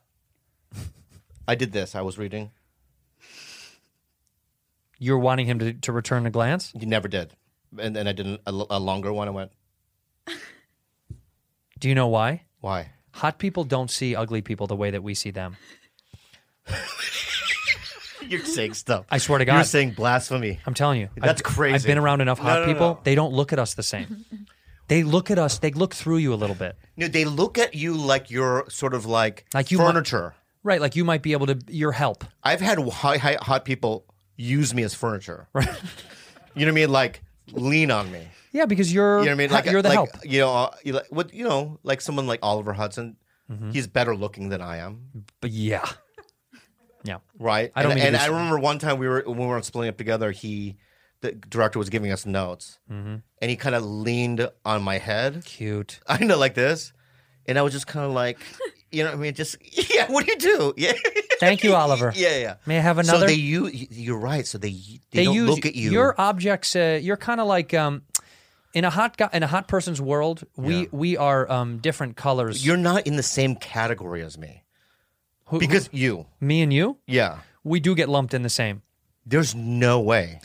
B: I did this. I was reading.
A: You're wanting him to, to return a glance.
B: You never did, and then I did a, l- a longer one. I went,
A: Do you know why?
B: why?
A: Hot people don't see ugly people the way that we see them.
B: You're saying stuff.
A: I swear to
B: You're
A: God.
B: saying blasphemy.
A: I'm telling you,
B: That's
A: I've-
B: crazy.
A: I've been around enough
B: No,
A: hot
B: no,
A: people;
B: no.
A: they don't look at us the same. they look at us. They look through you a little bit,
B: No, they look at you like you're sort of like
A: Like you want-
B: furniture.
A: right? Like you might be able to your help.
B: I've had hot, hot people use me as furniture. Right. You know what I mean? Like lean on me.
A: Yeah, because you're
B: You know what I mean?
A: ha-
B: Like
A: you're the
B: like,
A: help.
B: You know, uh, you like, what you know, like someone like Oliver Hudson.
A: Mm-hmm.
B: He's better looking than I am,
A: But yeah, yeah.
B: right?
A: I don't
B: and
A: mean to
B: and
A: be-
B: I remember one time we were when we were splitting up together. He, the director, was giving us notes,
A: Mm-hmm.
B: and he kind of leaned on my head.
A: Cute.
B: I know, like this, and I was just kind of like, you know what I mean? Just yeah, what do you do? Yeah,
A: Thank you, Oliver.
B: yeah, yeah.
A: May I have
B: So
A: another?
B: they you you're right. So they they, don't
A: use
B: look at you.
A: Your objects. Uh, you're kind of like um, in a hot guy, in a hot person's world, we we are um, different colors.
B: You're not in the same category as me.
A: Who- who-
B: Because you.
A: me and you,
B: Yeah.
A: we do get lumped in the same.
B: There's no way.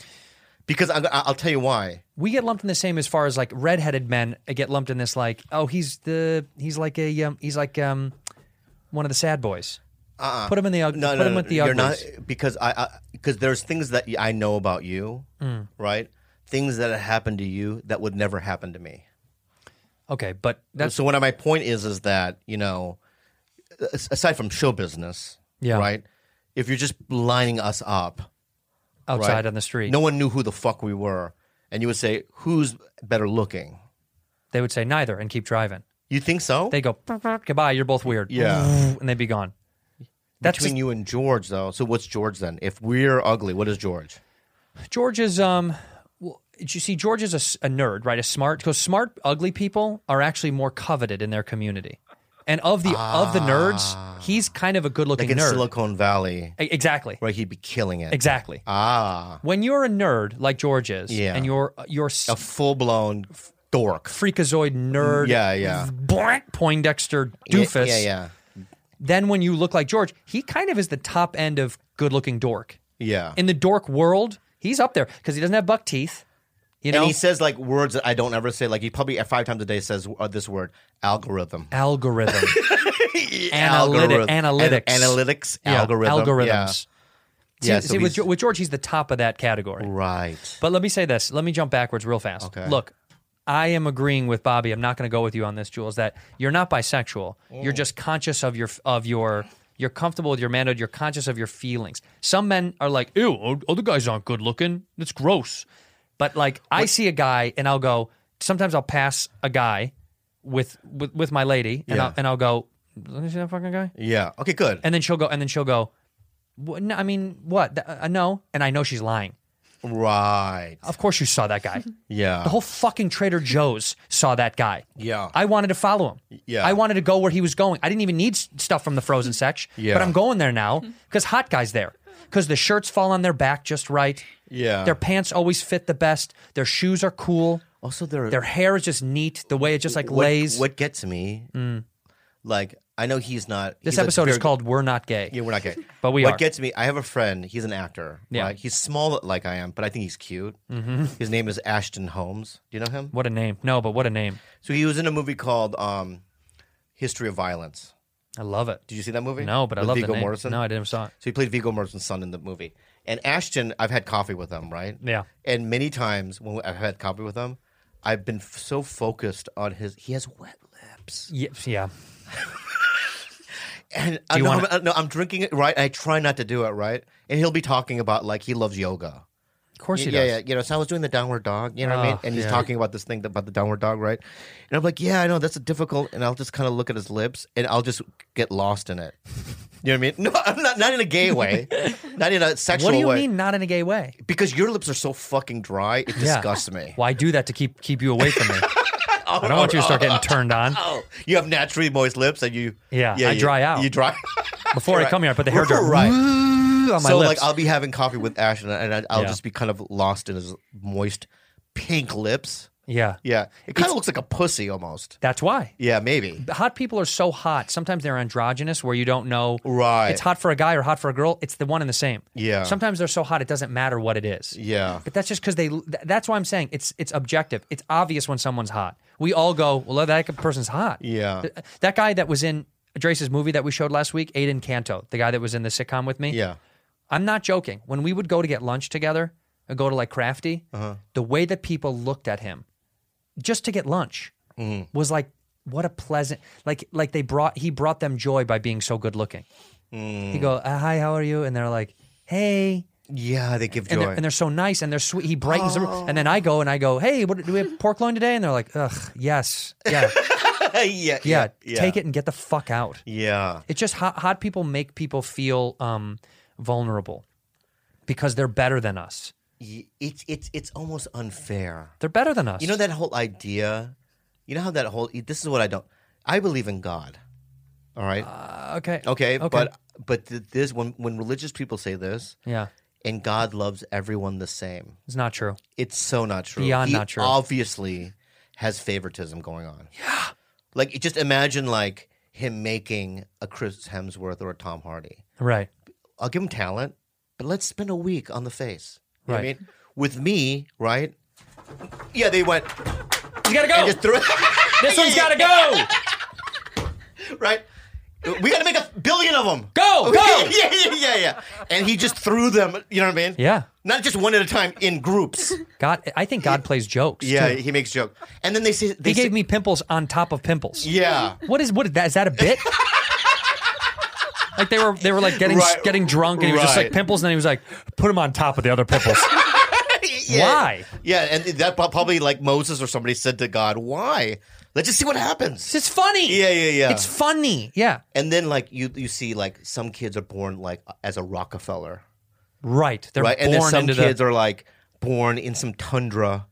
B: Because I, I'll tell you why.
A: We get lumped in the same as far as like redheaded men get lumped in this like oh he's the he's like a um, he's like um one of the sad boys. Uh-uh. Put him in the ug-
B: No,
A: put
B: no,
A: him
B: no,
A: with the
B: you're
A: uglies.
B: not because I because there's things that I know about you,
A: Mm.
B: right? Things that have happened to you that would never happen to me.
A: Okay, but that's
B: so one of my point is is that you know, as- aside from show business,
A: Yeah.
B: right? If you're just lining us up,
A: outside
B: right?
A: on the street.
B: no one knew who the fuck we were, and you would say, "Who's better looking?"
A: they would say neither and keep driving.
B: You think so?
A: They go goodbye. You're both weird.
B: Yeah.
A: and they'd be gone. That's
B: Between you and George, though. So what's George then? If we're ugly, what is George?
A: George is um. well, You see, George is a s- a, nerd, right? A smart because smart, ugly people are actually more coveted in their community. And of the of the
B: Ah.
A: nerds, he's kind of a good looking
B: Like in
A: nerd.
B: Silicon Valley,
A: E- exactly,
B: right? He'd be killing it.
A: exactly.
B: Ah,
A: when you're a nerd like George is,
B: Yeah.
A: and you're uh, you're s-
B: a full blown dork.
A: freakazoid nerd,
B: Yeah, yeah.
A: blank Poindexter doofus,
B: Yeah, yeah,
A: Then when you look like George, he kind of is the top end of good looking dork.
B: yeah.
A: in the dork world, he's up there because he doesn't have buck teeth. You know,
B: and he says like words that I don't ever say. Like he probably uh, five times a day says uh, this word algorithm.
A: algorithm, analytic,
B: Algorithm.
A: analytics,
B: An- analytics,
A: Yeah,
B: algorithm.
A: algorithms. See,
B: Yeah, so
A: see, with,
B: he's-
A: Jo- with George, he's the top of that category.
B: Yeah. Right.
A: But let me say this. Let me jump backwards real fast.
B: Okay.
A: Look, I am agreeing with Bobby. I'm not going to go with you on this, Jules. That you're not bisexual.
B: Oh.
A: You're just conscious of your of your. You're comfortable with your manhood. You're conscious of your feelings. Some men are like, "Ew, o- other guys aren't good looking. That's gross." But like, I see a guy and I'll go. Sometimes I'll pass a guy with with, with my lady, and
B: Yeah.
A: I'll, and I'll go, "Let me see that fucking guy."
B: Yeah. Okay. Good.
A: And then she'll go, and then she'll go. "Wha- No, I mean, what? Th- uh, no, and I know she's lying.
B: right.
A: Of course, you saw that guy.
B: Yeah.
A: The whole fucking Trader Joe's saw that guy.
B: Yeah.
A: I wanted to follow him.
B: Yeah.
A: I wanted to go where he was going. I didn't even need s- stuff from the frozen section.
B: Yeah.
A: But I'm going there now because hot guy's there. Because the shirts fall on their back just right.
B: Yeah.
A: Their pants always fit the best. Their shoes are cool.
B: also, there.
A: Their hair is just neat. The way it just like
B: what,
A: lays.
B: What gets me? Like I know he's not.
A: this
B: he's a
A: episode is
B: very-
A: called "We're Not Gay."
B: Yeah, we're not gay.
A: But we
B: what
A: are.
B: gets me, I have a friend. He's an actor.
A: Yeah. Mm-hmm.
B: right? He's small like I am, but I think he's cute. His name is Ashton Holmes. Do you know him?
A: What a name! No, but what a name!
B: So he was in a movie called um, History of Violence.
A: I love it.
B: Did you see that movie?
A: No, but I
B: With
A: love
B: Viggo
A: the name.
B: Mortensen.
A: No, I didn't saw it.
B: So he played Viggo Mortensen's son in the movie. And Ashton, I've had coffee with him, right?
A: Yeah.
B: And many times when I've had coffee with him, I've been f- so focused on his. He has wet lips.
A: Yeah, yeah.
B: And I
A: you
B: know,
A: wanna-
B: I'm, I know I'm drinking it right. I try not to do it right. And he'll be talking about like he loves yoga.
A: Of course he
B: yeah,
A: does.
B: yeah. You know, so I was doing the downward dog. You know what I mean?
A: Oh,
B: And he's
A: yeah.
B: talking about this thing about the downward dog, right? And I'm like, yeah, I know that's a difficult. And I'll just kind of look at his lips, and I'll just get lost in it. You know what I mean? No, I'm not not in a gay way, not in a sexual
A: What do you
B: way.
A: mean, not in a gay way?
B: Because your lips are so fucking dry, it disgusts me.
A: Why do that to keep keep you away from me? I don't want you to start getting turned on.
B: Oh, you have naturally moist lips, and you
A: Yeah, I
B: you-
A: dry out.
B: You dry.
A: Before I come here, I put the hair dryer
B: right.
A: on my
B: so
A: lips.
B: like I'll be having coffee with Ash and, I- and I- I'll
A: Yeah.
B: just be kind of lost in his moist pink lips.
A: yeah,
B: Yeah, it kind of looks like a pussy almost.
A: that's why.
B: Yeah, maybe.
A: Hot people are so hot. Sometimes they're androgynous, where you don't know.
B: Right.
A: It's hot for a guy or hot for a girl. It's the one and the same.
B: Yeah.
A: Sometimes they're so hot it doesn't matter what it is.
B: Yeah.
A: But that's just because they. th- That's why I'm saying it's it's objective. It's obvious when someone's hot. We all go, well, that person's hot.
B: Yeah.
A: Th- That guy that was in Drace's movie that we showed last week, Aiden Canto, the guy that was in the sitcom with me.
B: Yeah.
A: I'm not joking. When we would go to get lunch together and go to like Crafty, the way that people looked at him just to get lunch was like, what a pleasant like like they brought he brought them joy by being so good looking. He go, uh, hi, how are you? And they're like, hey.
B: Yeah, they give
A: And
B: joy.
A: they're, and they're so nice and they're sweet. He brightens the room. And then I go and I go, hey, what, do we have pork loin today? And they're like, ugh, yes. Yeah.
B: yeah,
A: Yeah. Take it and get the fuck out.
B: Yeah.
A: It's just hot, hot people make people feel um, vulnerable because they're better than us.
B: Y- It's it's it's almost unfair.
A: They're better than us.
B: You know that whole idea. You know how that whole. This is what I don't. I believe in God. All right.
A: Ah, Uh, Okay.
B: okay, But but th- this when when religious people say this,
A: yeah,
B: and God loves everyone the same.
A: it's not true.
B: It's so not true.
A: Beyond
B: He
A: not true.
B: Obviously, has favoritism going on. Yeah. Like you just imagine like him making a Chris Hemsworth or a Tom Hardy.
A: Right.
B: I'll give him talent, but let's spend a week on the face. You know what I
A: Right.
B: mean? With me, right? Yeah, they went
A: He's got to go.
B: and just threw
A: this one's got to go.
B: right? We got to make a billion of them.
A: Go, go!
B: yeah, yeah, yeah, yeah. And he just threw them. You know what I mean?
A: Yeah.
B: Not just one at a time in groups.
A: God, I think God plays jokes.
B: Yeah,
A: too.
B: he makes joke. And then they say they
A: He
B: say-
A: gave me pimples on top of pimples.
B: Yeah.
A: What is what is that? Is that a bit? like they were they were like getting
B: Right.
A: getting drunk and he was just like
B: Right.
A: pimples and then he was like put them on top of the other pimples.
B: Yeah.
A: Why?
B: Yeah, and that prob- probably like Moses or somebody said to God, "Why? Let's just see what happens."
A: It's funny.
B: Yeah, yeah, yeah.
A: It's funny. Yeah.
B: and then like you you see like some kids are born like as a Rockefeller,
A: Right. They're
B: right?
A: born
B: And then some
A: into
B: kids
A: the
B: are like born in some tundra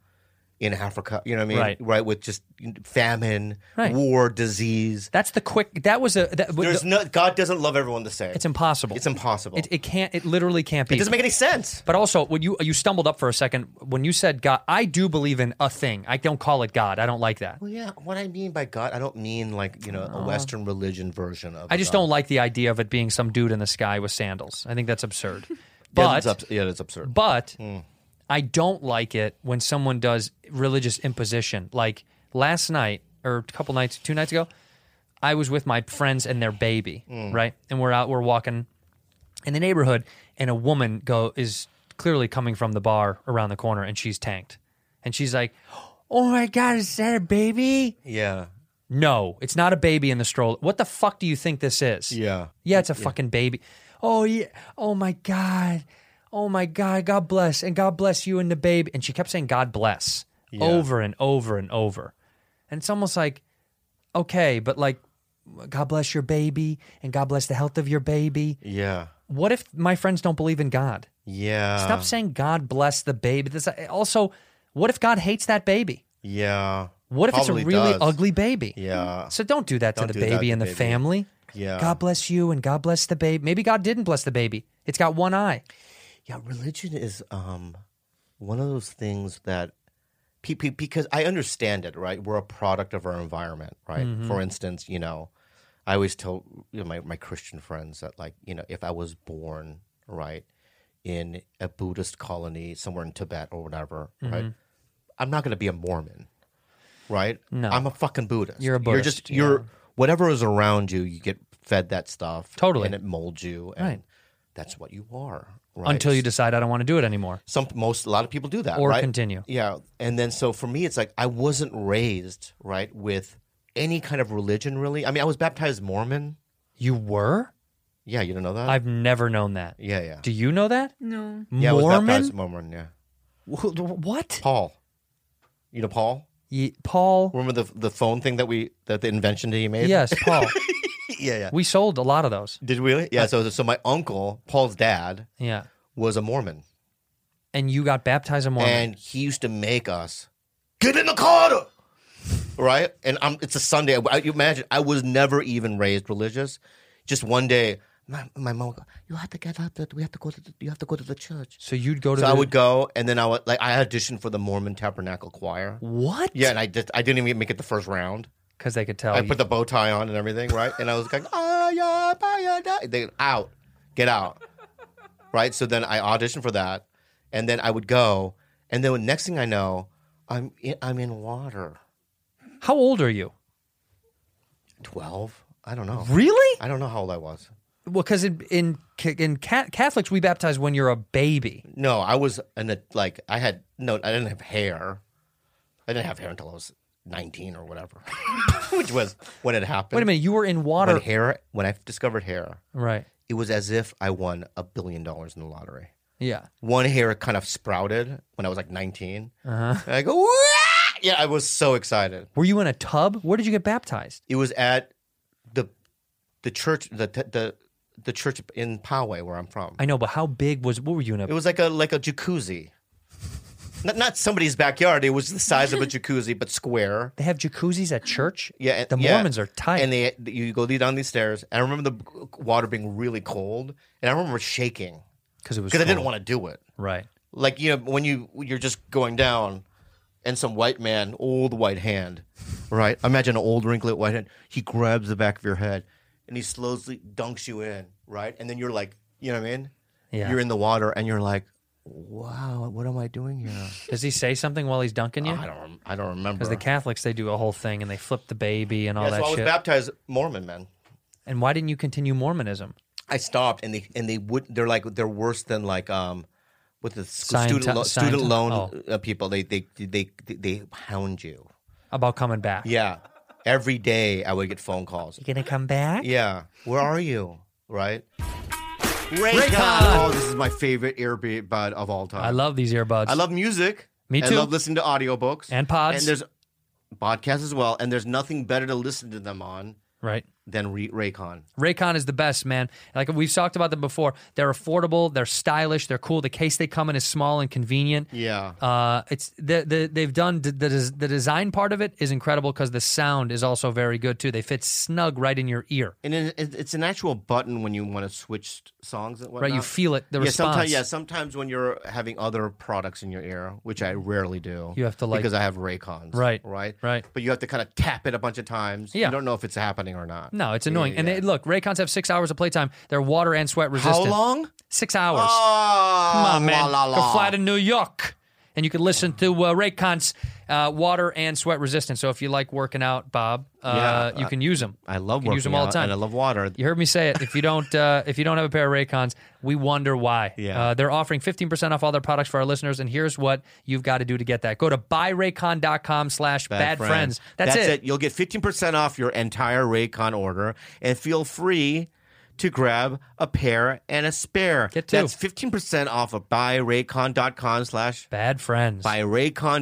B: in Africa. You know what I mean?
A: Right.
B: with just famine,
A: Right.
B: war, disease.
A: That's the quick that was a that,
B: There's
A: the-
B: no God doesn't love everyone the same.
A: it's impossible.
B: It's impossible.
A: It, it can't it literally can't be.
B: it doesn't make any sense.
A: But also, when you you stumbled up for a second when you said God, I do believe in a thing. I don't call it God. I don't like that.
B: Well, yeah, what I mean by God, I don't mean like you know a Western religion version of.
A: I just
B: God.
A: don't like the idea of it being some dude in the sky with sandals. I think that's absurd.
B: Yeah,
A: But
B: that's abs- yeah, that's absurd.
A: but I don't like it when someone does religious imposition. Like last night or a couple nights, two nights ago, I was with my friends and their baby, right? And we're out, we're walking in the neighborhood, and a woman go is clearly coming from the bar around the corner, and she's tanked, and she's like, "Oh my god, is that a baby?"
B: yeah,
A: No, it's not a baby in the stroller. What the fuck do you think this is?
B: yeah.
A: Yeah, it's a fucking baby. Oh yeah. Oh my god. Oh my god. God bless and God bless you and the baby. And she kept saying God bless over and over and over. And it's almost like okay, but like God bless your baby and God bless the health of your baby.
B: Yeah.
A: What if my friends don't believe in God?
B: Yeah.
A: Stop saying God bless the baby. This also, what if God hates that baby?
B: Yeah.
A: What if
B: Probably
A: it's a really
B: does.
A: ugly baby?
B: Yeah.
A: So don't do that to
B: Don't
A: the
B: do that
A: baby
B: to
A: and the
B: baby.
A: family.
B: Yeah.
A: God bless you and God bless the baby. Maybe God didn't bless the baby. It's got one eye.
B: Yeah, religion is um one of those things that pe- pe- because I understand it, right? We're a product of our environment, right?
A: Mm-hmm.
B: For instance, you know, I always tell you know, my my Christian friends that like, you know, if I was born, right, in a Buddhist colony somewhere in Tibet or whatever,
A: Mm-hmm.
B: right? I'm not going to be a Mormon, right?
A: No.
B: I'm a fucking Buddhist.
A: You're a
B: You're
A: Buddhist,
B: just
A: yeah.
B: you're whatever is around you, you get fed that stuff
A: Totally.
B: and it molds you and
A: Right.
B: that's what you are right?
A: Until you decide I don't want to do it anymore.
B: some most a lot of people do that
A: Or
B: right?
A: continue.
B: yeah and then so for me it's like i wasn't raised right with any kind of religion really i mean i was baptized mormon
A: You were?
B: yeah you don't know that
A: I've never known that.
B: yeah yeah
A: Do you know that?
E: No.
B: yeah i was baptized
A: Mormon?
B: mormon yeah
A: Wh- What?
B: paul you know paul
A: Ye- Paul.
B: remember the the phone thing that we that the invention that he made
A: Yes, Paul.
B: yeah yeah
A: we sold a lot of those.
B: did we really yeah so so my uncle paul's dad
A: Yeah.
B: was a mormon
A: And you got baptized a Mormon.
B: and he used to make us get in the car, right? And I'm, it's a Sunday. I, you imagine I was never even raised religious. Just one day, my, my mom, would go, you have to get up. that We have to go to. The, you have to go to the church.
A: so you'd go to
B: So I
A: the-
B: would go, and then I would like I auditioned for the Mormon Tabernacle Choir.
A: What?
B: Yeah, and I just I didn't even make it the first round.
A: Because they could tell.
B: I
A: you-
B: put the bow tie on and everything, right? And I was like, ah, yeah, bah, yeah, da." they out, get out, right? So then I auditioned for that, and then I would go, and then next thing I know, I'm in, I'm in water.
A: How old are you?
B: Twelve? I don't know.
A: Really?
B: I don't know how old I was.
A: Well, because in in, ca- in ca- Catholics we baptize when you're a baby.
B: No, I was in a like I had no, I didn't have hair. I didn't have hair until I was nineteen or whatever, which was when it happened.
A: Wait a minute, you were in water,
B: When hair, when I discovered hair,
A: right?
B: it was as if I won a billion dollars in the lottery.
A: Yeah.
B: one hair kind of sprouted when I was like 19.
A: Uh-huh.
B: And I go, "Wah!" yeah, I was so excited.
A: Were you in a tub? Where did you get baptized?
B: It was at the the church the the the church in Poway where I'm from.
A: I know, but how big was? What were you in a?
B: It was like a like a jacuzzi. Not not somebody's backyard. It was the size of a jacuzzi, but square.
A: they have jacuzzis at church.
B: Yeah, and-
A: the
B: yeah.
A: Mormons are tight.
B: And they you go down these stairs. And I remember the uh, water being really cold, and I remember shaking
A: because it was
B: because I didn't
A: cold.
B: want to do it.
A: Right.
B: like you know when you you're just going down and some white man, old white hand, right? Imagine an old wrinkly white hand. He grabs the back of your head and he slowly dunks you in, right? And then you're like, you know what I mean?
A: Yeah.
B: You're in the water and you're like, wow, what am I doing here?
A: Does he say something while he's dunking you?
B: I don't, rem- I don't remember.
A: Because the Catholics, they do a whole thing and they flip the baby and all
B: yeah, so
A: that
B: I was
A: shit.
B: baptized Mormon, man.
A: and why didn't you continue Mormonism?
B: I stopped, and they and they would. They're like they're worse than like um, with the sc-
A: Scient-
B: student lo- student
A: scient-
B: loan uh, people. They they they they they hound you.
A: About coming back.
B: Yeah, every day I would get phone calls.
A: You gonna come back?
B: Yeah, where are you? Right.
F: Raycon.
B: Oh, this is my favorite earbud of all time.
A: I love these earbuds.
B: I love music.
A: Me
B: I
A: too.
B: love listening to audiobooks
A: And pods.
B: And there's podcasts as well. And there's nothing better to listen to them on
A: right.
B: than Re- Raycon.
A: Raycon is the best, man. Like we've talked about them before. They're affordable, they're stylish, they're cool. The case they come in is small and convenient.
B: Yeah.
A: Uh, it's the, the they've done the the, des- the design part of it is incredible because the sound is also very good too. They fit snug right in your ear.
B: and it, it- it's an actual button when you want to switch songs and whatnot.
A: Right, you feel it, the
B: Uh-huh. yeah,
A: response.
B: Sometimes, yeah, sometimes when you're having other products in your ear, which I rarely do,
A: You have to, like-
B: because I have Raycons,
A: Right,
B: right,
A: right.
B: But you have to kind of tap it a bunch of times.
A: Yeah.
B: you don't know if it's happening or not.
A: No, it's annoying. And they, look, Raycons have six hours of playtime. They're water and sweat
B: How
A: resistant.
B: long?
A: Six hours.
B: Oh,
A: Come on, man.
B: La, la, la.
A: Go fly to New York. And you can listen to uh, Raycon's uh, water and sweat resistant. So if you like working out, Bob, uh,
B: Yeah,
A: you
B: I-
A: can use them.
B: I love
A: you can use
B: working
A: them all the
B: out,
A: time.
B: and I love water.
A: You heard me say it. If you don't, uh, if you don't have a pair of Raycons, we wonder why.
B: Yeah.
A: Uh, they're offering 15% off all their products for our listeners, and here's what you've got to do to get that. Go to buyraycon.com slash bad friends. That's, it.
B: You'll get 15% off your entire Raycon order and feel free to grab a pair and a spare.
A: Get two.
B: That's 15% off of buyraycon.com slash
A: Bad friends.
B: by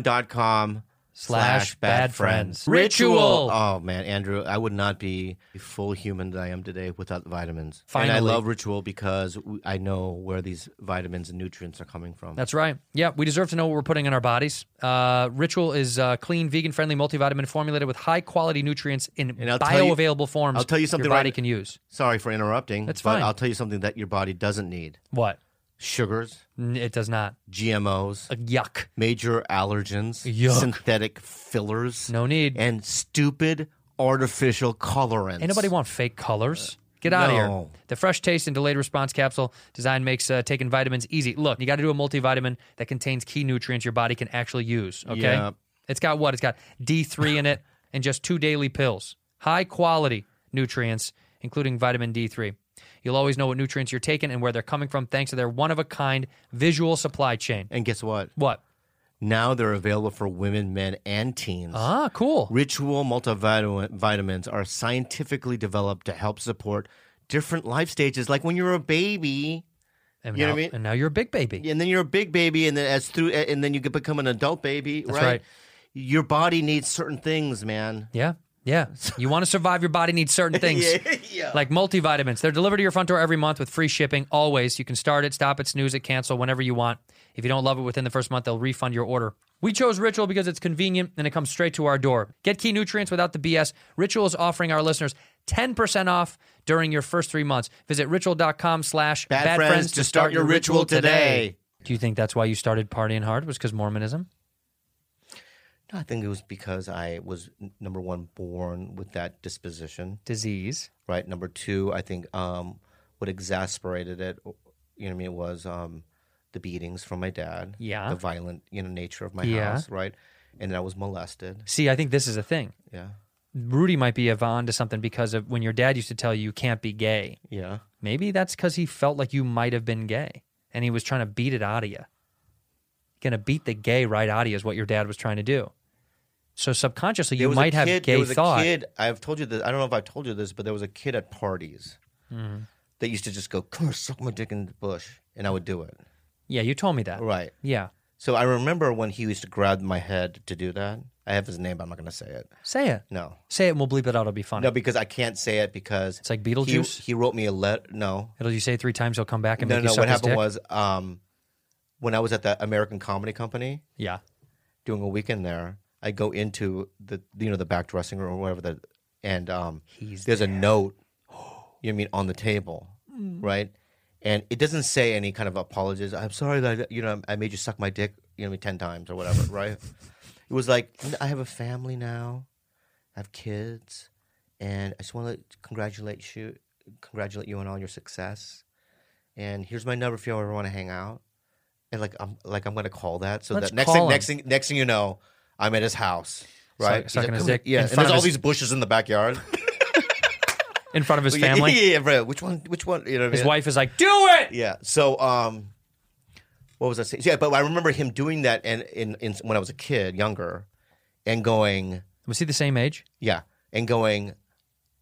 B: raycon.com
A: Slash bad friends.
B: Ritual.
A: Ritual.
B: Oh man, Andrew, I would not be the full human that I am today without vitamins. And I
A: Finally.
B: love Ritual because w- I know where these vitamins and nutrients are coming from.
A: That's right. Yeah, we deserve to know what we're putting in our bodies. Uh, Ritual is uh, clean, vegan friendly multivitamin formulated with high quality nutrients in
B: And I'll tell you-
A: bioavailable forms
B: I'll tell you something
A: your body
B: right-
A: can use.
B: Sorry for interrupting.
A: That's
B: but
A: fine.
B: I'll tell you something that your body doesn't need.
A: What?
B: Sugars,
A: N- It does not.
B: GMOs,
A: Yuck.
B: major allergens,
A: Yuck.
B: synthetic fillers,
A: No need.
B: and stupid artificial colorants.
A: Ain't nobody want fake colors. Get out of here.
B: No.
A: The fresh taste and delayed response capsule design makes uh, taking vitamins easy. Look, you got to do a multivitamin that contains key nutrients your body can actually use. Okay.
B: Yeah.
A: It's got what? It's got D3 in it and just two daily pills. High quality nutrients, including vitamin D3. You'll always know what nutrients you're taking and where they're coming from thanks to their one of a kind visual supply chain.
B: And guess what?
A: What?
B: Now they're available for women, men, and teens.
A: Ah, cool.
B: Ritual multivitamin vitamins are scientifically developed to help support different life stages, like when you're a baby,
A: And,
B: you
A: now,
B: know what I mean?
A: and now you're a big baby.
B: and then you're a big baby, and then as through, and then you could become an adult baby,
A: That's right.
B: right? Your body needs certain things, man.
A: Yeah. Yeah. You want to survive, your body needs certain things. Like multivitamins. They're delivered to your front door every month with free shipping always. You can start it, stop it, snooze it, cancel whenever you want. If you don't love it within the first month, they'll refund your order. We chose Ritual because it's convenient and it comes straight to our door. Get key nutrients without the BS. Ritual is offering our listeners 10% off during your first three months. Visit ritual.com slash
B: Bad friends to start your ritual today.
A: Do you think that's why you started partying hard was because Mormonism?
B: No, I think it was because I was n- number one born with that disposition,
A: Disease.
B: right? Number two, I think um, what exasperated it, you know, what I mean, was um, the beatings from my dad,
A: Yeah.
B: the violent, you know, nature of my
A: Yeah.
B: house, right? And then I was molested,
A: See, I think this is a thing.
B: yeah,
A: Rudy might be on to something because of when your dad used to tell you you can't be gay.
B: yeah,
A: Maybe that's because he felt like you might have been gay and he was trying to beat it out of you. Gonna beat the gay right out of you is what your dad was trying to do. So subconsciously,
B: There
A: you
B: was a
A: might have
B: kid-
A: gay
B: there was
A: thought.
B: A kid, I've told you this. I don't know if I've told you this, but there was a kid at parties
A: Mm-hmm.
B: that used to just go, "Come here, suck my dick in the bush," and I would do it.
A: Yeah, you told me that.
B: Right.
A: Yeah.
B: So I remember when he used to grab my head to do that. I have his name, but I'm not going to say it.
A: Say it.
B: No,
A: Say it and we'll bleep it out. It'll be funny.
B: no, because I can't say it because
A: It's like Beetlejuice?
B: He, he wrote me a letter. No,
A: It'll you say it three times, he'll come back and
B: no,
A: make
B: no.
A: you suck
B: What
A: his
B: happened
A: dick.
B: was um, when I was at the American Comedy Company
A: Yeah.
B: doing a weekend there, I go into the you know the back dressing room or whatever the and um, there's a note. You know what I mean on the table,
A: Mm.
B: right? And it doesn't say any kind of apologies. I'm sorry that I- you know I made you suck my dick. You know what I mean ten times or whatever, right? It was like, I have a family now, I have kids, and I just want to congratulate you, congratulate you on all your success. And here's my number if you ever want to hang out. And like I'm like I'm gonna call that. So
A: Let's
B: that next
A: call
B: thing
A: him.
B: next thing next thing you know, I'm at his house. Right? He's
A: sucking
B: like,
A: his
B: "Come here."
A: dick in
B: Yeah, and
A: front
B: there's
A: of
B: all
A: his-
B: these bushes in the backyard.
A: in front of his
B: Yeah,
A: family.
B: Yeah, yeah, bro. Which one? Which one? You know, what I
A: His
B: mean?
A: wife is like, "Do it."
B: Yeah. So, um, what was I saying? Yeah, but I remember him doing that, and in, in when I was a kid, younger, and going,
A: Was he the same age?
B: yeah, and going,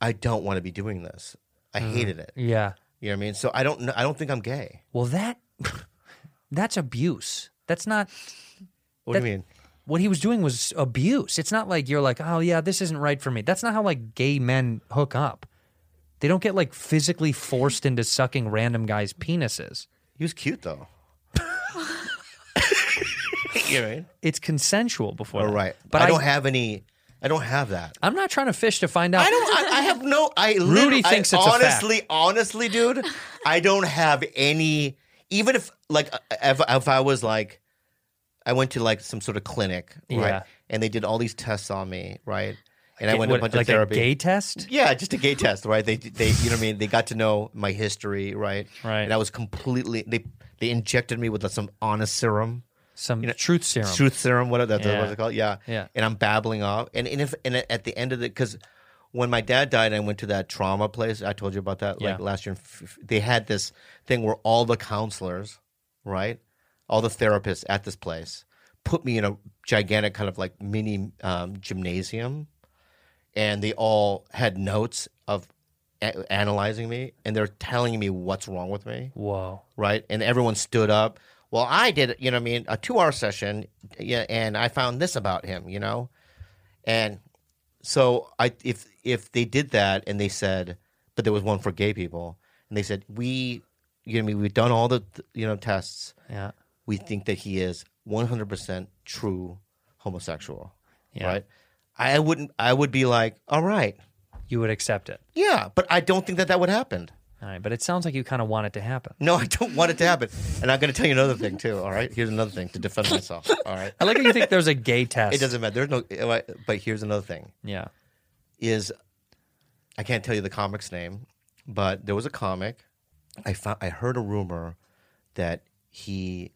B: I don't want to be doing this. I
A: Mm-hmm.
B: hated it.
A: Yeah.
B: You know what I mean? So I don't. kn- I don't think I'm gay.
A: Well, that that's abuse. That's not
B: What do you mean?
A: what he was doing was abuse. It's not like you're like, "Oh yeah, this isn't right for me." That's not how like gay men hook up. They don't get like physically forced into sucking random guys' penises.
B: He was cute though. you know what I mean?
A: It's consensual before.
B: All
A: that.
B: Oh, right.
A: But
B: I, don't have any. I don't have that.
A: I'm not trying to fish to find out.
B: I don't. I, I have no. I
A: Rudy
B: literally- I
A: thinks it's a fact.
B: honestly, honestly, dude, I don't have any. Even if like uh, if, if I was like, I went to like some sort of clinic, right?
A: Yeah.
B: And they did all these tests on me, right? And I went to
A: What,
B: a bunch
A: like
B: of therapy.
A: a gay test.
B: yeah, just a gay test, right? They, they, you know what I mean? They got to know my history, right?
A: Right.
B: And I was completely, they, they injected me with some honest serum
A: Some truth serum.
B: truth serum, whatever that's
A: Yeah.
B: what's it called. Yeah.
A: Yeah.
B: And I'm babbling off. And, and if and at the end of the because when my dad died, I went to that trauma place. I told you about that like
A: Yeah.
B: last year. in F- F- They had this thing where all the counselors, right, all the therapists at this place put me in a gigantic kind of like mini um, gymnasium, and they all had notes of a- analyzing me, and they're telling me what's wrong with me
A: Whoa.
B: right? And everyone stood up. Well, I did, you know, what I mean, a two-hour session, yeah, and I found this about him, you know, and so I, if if they did that and they said, but there was one for gay people, and they said we, you know, what I mean, we've done all the, you know, tests.
A: Yeah.
B: We think that he is 100 percent true homosexual, right? I wouldn't. I would be like, all right,
A: You would accept it.
B: yeah, but I don't think that that would happen.
A: All right, but it sounds like you kind of want it to happen.
B: No, I don't want it to happen. And I'm going to tell you another thing too. All right, here's another thing to defend myself. All right,
A: I like how you think there's a gay test.
B: it doesn't matter. There's no. oh, But here's another thing:
A: Yeah.
B: is I can't tell you the comic's name, but there was a comic. I found I heard a rumor that he,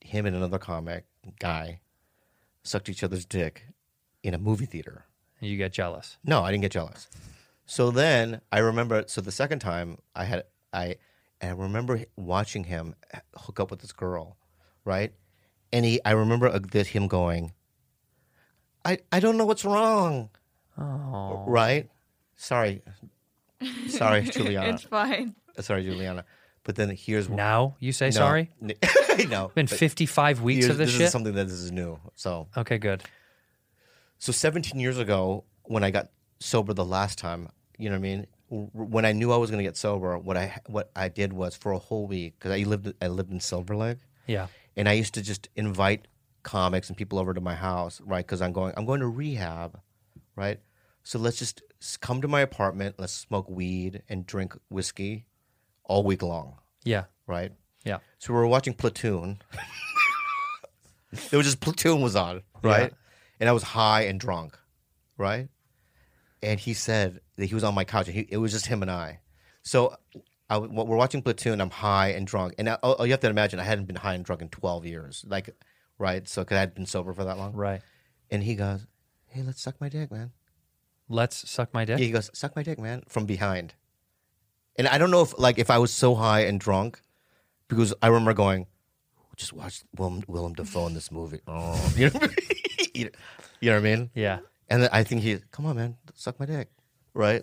B: him and another comic guy, sucked each other's dick in a movie theater.
A: You get jealous.
B: No, I didn't get jealous. So then I remember. So the second time I had I, I remember watching him hook up with this girl, right? And he, I remember uh, this him going. I I don't know what's wrong,
A: Oh.
B: right? Sorry, sorry, Juliana.
E: It's fine.
B: sorry, Juliana. But then here's no.
A: Now you say sorry?
B: no.
A: Been 55 weeks of
B: Here's-
A: this,
B: this
A: shit?
B: is something that this is new. So
A: okay, good.
B: So 17 years ago, when I got sober the last time, you know what I mean. w- When I knew I was going to get sober, what I what I did was for a whole week because I lived I lived in Silver Lake,
A: Yeah.
B: and I used to just invite comics and people over to my house, right? Because I'm going I'm going to rehab, right? So let's just s- come to my apartment, let's smoke weed and drink whiskey all week long,
A: Yeah.
B: right?
A: Yeah.
B: So we were watching Platoon. there was just Platoon was on, right? And I was high and drunk, right? And he said that he was on my couch. And he, it was just him and I. So I, w- we're watching Platoon. I'm high and drunk, and I, oh, you have to imagine I hadn't been high and drunk in 12 years, like, right? So because I had been sober for that long.
A: Right.
B: And he goes, "Hey, let's suck my dick, man."
A: Let's suck my dick.
B: Yeah, he goes, "Suck my dick, man," from behind. And I don't know if like if I was so high and drunk, because I remember going, "Just watch Willem, Willem Dafoe in this movie." Oh, you know, you know- you know what I mean?
A: Yeah.
B: And then I think he, come on, man, suck my dick, right?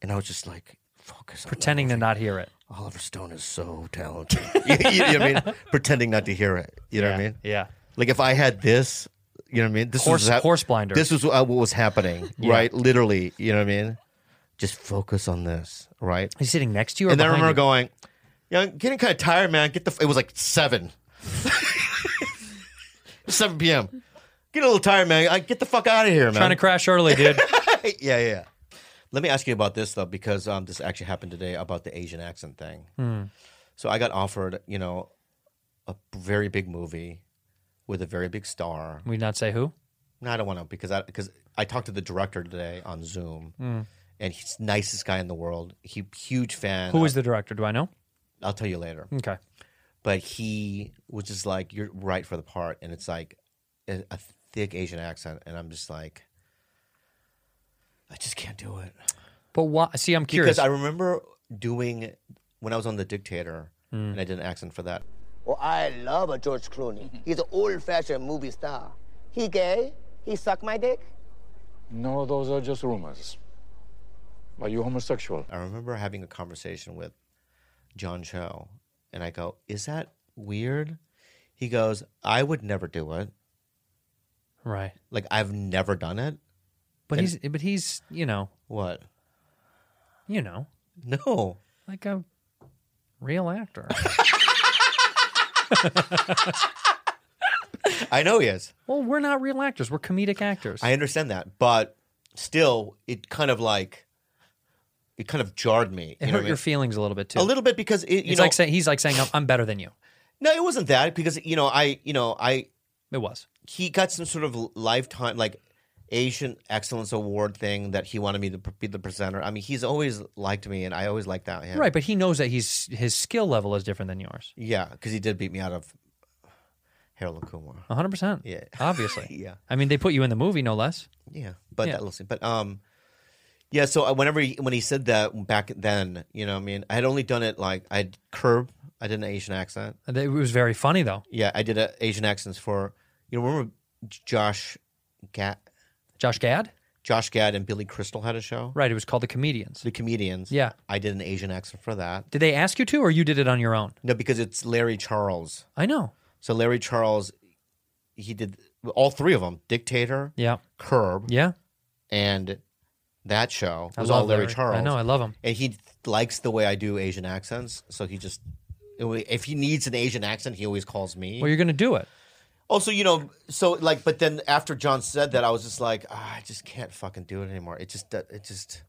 B: And I was just like, focus. on that
A: Pretending to
B: movie.
A: not hear it.
B: Oliver Stone is so talented. you, know what I mean? Pretending not to hear it. You know
A: yeah.
B: what I mean?
A: Yeah.
B: Like if I had this, you know what I mean? This
A: Horse-
B: was hap-
A: horse blinders.
B: This was uh, what was happening, right? Literally, you know what I mean? Just focus on this, right?
A: He's sitting next to you or
B: And then I
A: behind
B: remember
A: you?
B: going, "Yeah, I'm getting kind of tired, man. Get the." F-. It was like seven, seven p.m. Get a little tired, man. I get the fuck out of here, man.
A: Trying to crash early, dude.
B: yeah, yeah. yeah. Let me ask you about this though, because um, this actually happened today about the Asian accent thing.
A: Hmm.
B: So I got offered, you know, a very big movie with a very big star.
A: we not say who?
B: No, I don't want to because I because I talked to the director today on Zoom,
A: Hmm.
B: and he's the nicest guy in the world. He huge fan.
A: Who is the director? Do I know?
B: I'll tell you later.
A: Okay.
B: But he was just like, "You're right for the part," and it's like a, a thick Asian accent, and I'm just like, I just can't do it.
A: But why? See, I'm curious.
B: Because I remember doing when I was on The Dictator,
A: Hmm.
B: and I did an accent for that.
G: Well, I love a George Clooney.
A: Mm-hmm.
G: He's an old-fashioned movie star. He gay? He suck my dick?
H: No, those are just rumors. Are you homosexual?
B: I remember having a conversation with John Cho, and I go, "Is that weird?" He goes, "I would never do it.
A: right.
B: Like I've never done it.
A: But he's, but he's, you know,
B: What?
A: you know,
B: No."
A: like a real actor.
B: I know he is.
A: well, we're not real actors. We're comedic actors.
B: I understand that, but still, it kind of like it kind of jarred me.
A: it
B: you know
A: hurt
B: what I
A: your
B: mean?
A: feelings a little bit too.
B: a little bit because it, you
A: it's
B: know,
A: like saying he's like saying I'm, I'm better than you.
B: no, it wasn't that because you know I you know I
A: It was.
B: he got some sort of lifetime like Asian Excellence Award thing that he wanted me to be the presenter. I mean, he's always liked me, and I always liked that him.
A: Right, but he knows that he's his skill level is different than yours.
B: Yeah, because he did beat me out of Harold and Kumar.
A: 100%.
B: Yeah.
A: Obviously.
B: Yeah.
A: I mean, they put you in the movie no less.
B: Yeah, but
A: Yeah.
B: that listen, but um, yeah. So I- whenever he, when he said that back then, you know, what I mean, I had only done it like I would curb. I did an Asian accent.
A: And It was very funny though.
B: Yeah, I did a Asian accents for you know remember Josh, Gad,
A: Josh Gad?
B: Josh Gad and Billy Crystal had a show.
A: Right, it was called The Comedians.
B: The comedians.
A: Yeah.
B: I did an Asian accent for that.
A: Did they ask you to or you did it on your own?
B: No, because it's Larry Charles.
A: I know.
B: So Larry Charles, he did all three of them: Dictator,
A: Yeah.
B: Curb,
A: Yeah.
B: and that show. It
A: I
B: was all
A: love
B: Larry, Charles.
A: I know, I love him.
B: and he likes the way I do Asian accents. So he just, if he needs an Asian accent, he always calls me.
A: Well, you're going to do it.
B: also, you know, so like, but then after John said that, I was just like, ah, I just can't fucking do it anymore. It just, it just,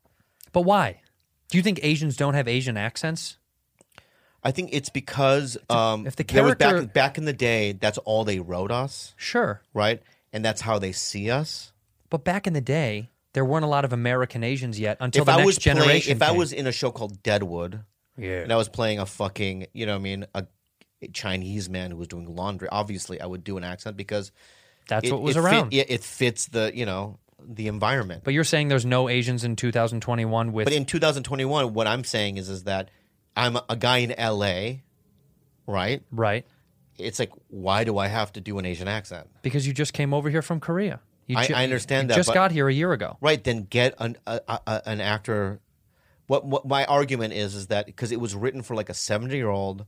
A: But why? Do you think Asians don't have Asian accents?
B: I think it's because um,
A: if the
B: there was
A: character-
B: back back in the day, that's all they wrote us,
A: Sure.
B: right? And that's how they see us.
A: But back in the day, there weren't a lot of American Asians yet until the
B: I
A: next
B: was playing-
A: generation.
B: if I
A: came.
B: was in a show called Deadwood,
A: Yeah.
B: and I was playing a fucking, you know, what I mean, a Chinese man who was doing laundry, obviously I would do an accent because
A: That's
B: it-
A: what was
B: it fit-
A: around.
B: yeah, it fits the you know the environment. But,
A: But you're saying there's no Asians in 2021 with
B: in 2021, what I'm saying is is that I'm a guy in LA, right?
A: right
B: It's like why do I have to do an Asian accent?
A: because you just came over here from Korea. You
B: I-
A: ju-
B: I understand
A: you
B: that,
A: Just
B: but-
A: got here a year ago.
B: Right? Then get an a, a, a- an actor. What what my argument is is that because it was written for like a 70 year old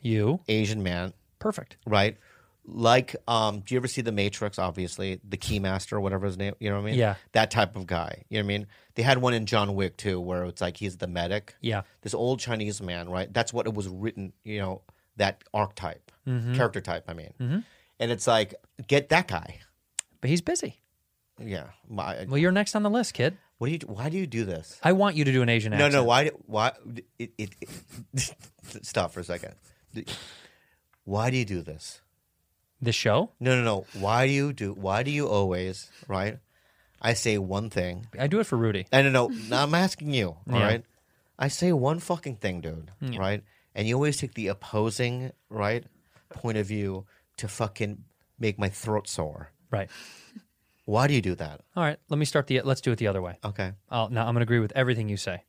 A: You
B: Asian man,
A: perfect.
B: right? Like, um, do you ever see The Matrix? Obviously, the Keymaster, whatever his name, you know what I mean?
A: Yeah.
B: that type of guy. You know what I mean? They had one in John Wick too, where it's like he's the medic.
A: Yeah.
B: this old Chinese man, right? That's what it was written, you know, that archetype,
A: Mm-hmm.
B: character type, I mean. And it's like, get that guy.
A: But he's busy.
B: Yeah. My,
A: Well, you're next on the list, kid.
B: what do you, why do you do this?
A: I want you to do an Asian
B: No,
A: accent.
B: no, why, do- why, it, it, it, stop for a second. Why do you do this?
A: This show?
B: No, no, no. Why do you do, why do you always, right? I say one thing.
A: I do it for Rudy.
B: I don't know. Now I'm asking you, all right?
A: Yeah.
B: I say one fucking thing, dude, right? And you always take the opposing, right, point of view to fucking make my throat sore.
A: Right.
B: Why do you do that?
A: All right. Let me start the. Let's do it the other way.
B: Okay.
A: Oh, no, I'm going to agree with everything you say.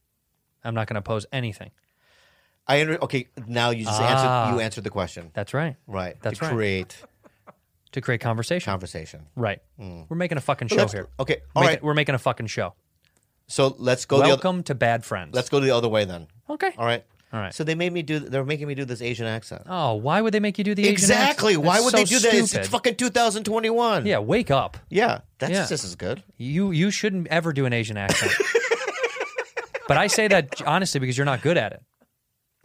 A: I'm not going to oppose anything.
B: I under- okay, now you just
A: Ah.
B: answered you answered the question.
A: That's right.
B: Right.
A: That's
B: to
A: right.
B: create
A: To create conversation.
B: conversation.
A: right. We're making a fucking show
B: Mm. Let's-
A: here.
B: Okay. all
A: Make
B: right.
A: We're making a fucking show.
B: So let's go the other
A: Welcome to Bad Friends.
B: let's go the other way then.
A: Okay.
B: All right.
A: All right.
B: So they made me do they're making me do this Asian accent.
A: Oh, why would they make you do the Asian
B: exactly.
A: accent?
B: Why
A: That's
B: would
A: so
B: they do that? It's,
A: stupid.
B: it's fucking 2021.
A: Yeah, wake up.
B: Yeah. That's
A: Yeah.
B: just as good.
A: You you shouldn't ever do an Asian accent. but I say that honestly because you're not good at it.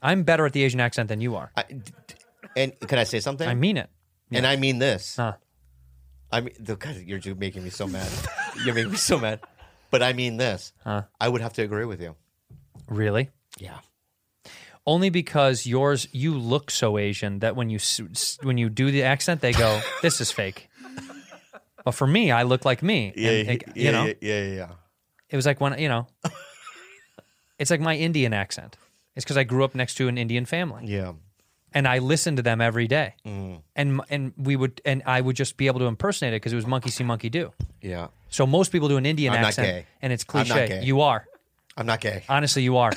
A: I'm better at the Asian accent than you are.
B: I- d- d- and can I say something?
A: I mean Uh. it.
B: and I mean this.
A: Huh.
B: I mean, the, God, you're ju- making me so mad. you're making me so mad. But I mean this.
A: Uh.
B: I would have to agree with you.
A: Really?
B: Yeah.
A: Only because yours you look so Asian that when you s- s- when you do the accent they go, "This is fake." But for me, I look like me.
B: Yeah,
A: and, like, you know,
B: yeah, yeah, yeah, yeah.
A: it was like when you know, it's like my Indian accent. It's because I grew up next to an Indian family.
B: Yeah.
A: and I listened to them every day.
B: Mm-hmm.
A: And and we would and I would just be able to impersonate it because it was monkey see monkey do.
B: Yeah.
A: So most people do an Indian
B: I'm not
A: accent,
B: gay.
A: and it's
B: I'm not
A: cliche.
B: gay.
A: You are
B: I'm not gay.
A: honestly, you are.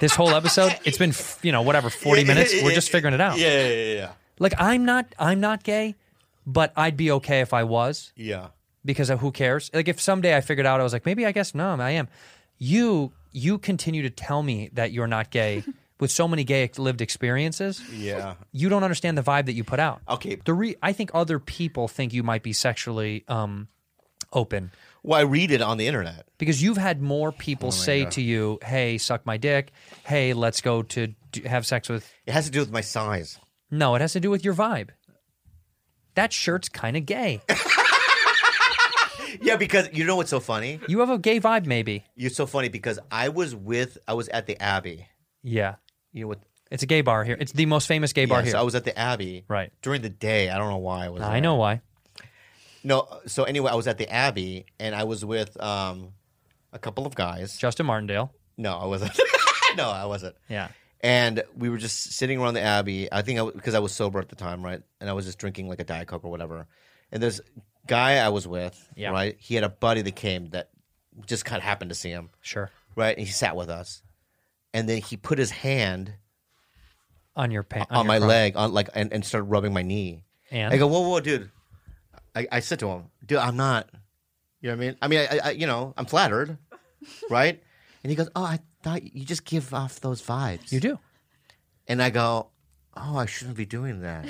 A: this whole episode, it's been f- you know whatever forty minutes. We're just figuring it out.
B: Yeah, yeah, yeah, yeah.
A: Like I'm not I'm not gay, but I'd be okay if I was
B: Yeah.
A: because of who cares? Like if someday I figured out I was like maybe I guess no I am. You you continue to tell me that you're not gay with so many gay lived experiences
B: Yeah.
A: you don't understand the vibe that you put out.
B: Okay.
A: The re- I think other people think you might be sexually um, open
B: Well, I read it on the internet.
A: because you've had more people
B: Oh
A: say to you, "Hey, suck my dick." Hey, let's go to d- have sex with.
B: It has to do with my size.
A: No, it has to do with your vibe. That shirt's kind of gay.
B: Yeah, because you know what's so funny?
A: You have a gay vibe, maybe.
B: You're so funny because I was with I was at the Abbey.
A: Yeah,
B: You know what?
A: it's a gay bar here. It's the most famous gay bar
B: Yeah,
A: here.
B: so I was at the Abbey.
A: Right.
B: During the day, I don't know why I was.
A: I
B: there.
A: know why.
B: No. So anyway, I was at the Abbey and I was with um a couple of guys.
A: Justin Martindale.
B: No, I wasn't. no, I wasn't.
A: Yeah.
B: And we were just sitting around the Abbey. I think I was, because I was sober at the time, right? And I was just drinking like a Diet Coke or whatever. And this guy I was with,
A: Yeah.
B: right? He had a buddy that came that just kind of happened to see him,
A: Sure.
B: right? And he sat with us. And then he put his hand
A: On your pants.
B: on, my leg, on like, and, and started rubbing my knee.
A: And
B: I go, whoa, whoa, dude. I, I said to him, dude, I'm not. You know what I mean? I mean, I, I you know, I'm flattered, right? And he goes, oh, I thought you just give off those vibes.
A: you do.
B: And I go, oh, I shouldn't be doing that.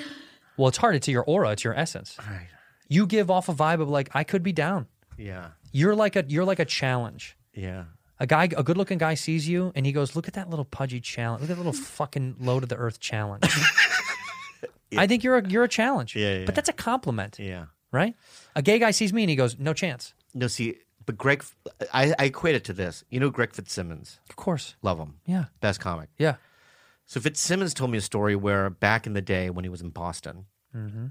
A: Well, it's hard. It's your aura. It's your essence.
B: Right.
A: You give off a vibe of like I could be down.
B: Yeah.
A: You're like a you're like a challenge.
B: Yeah.
A: A guy, a good looking guy sees you and he goes, "Look at that little pudgy challenge. Look at that little fucking low to the earth challenge." I think you're a you're a challenge.
B: Yeah, yeah,
A: But that's a compliment,
B: Yeah.
A: right? A gay guy sees me and he goes, "No chance."
B: No, see, but Greg, I, I equate it to this. You know Greg Fitzsimmons.
A: Of course.
B: Love him.
A: Yeah.
B: Best comic.
A: Yeah.
B: So Fitzsimmons told me a story where back in the day when he was in Boston,
A: Mm-hmm.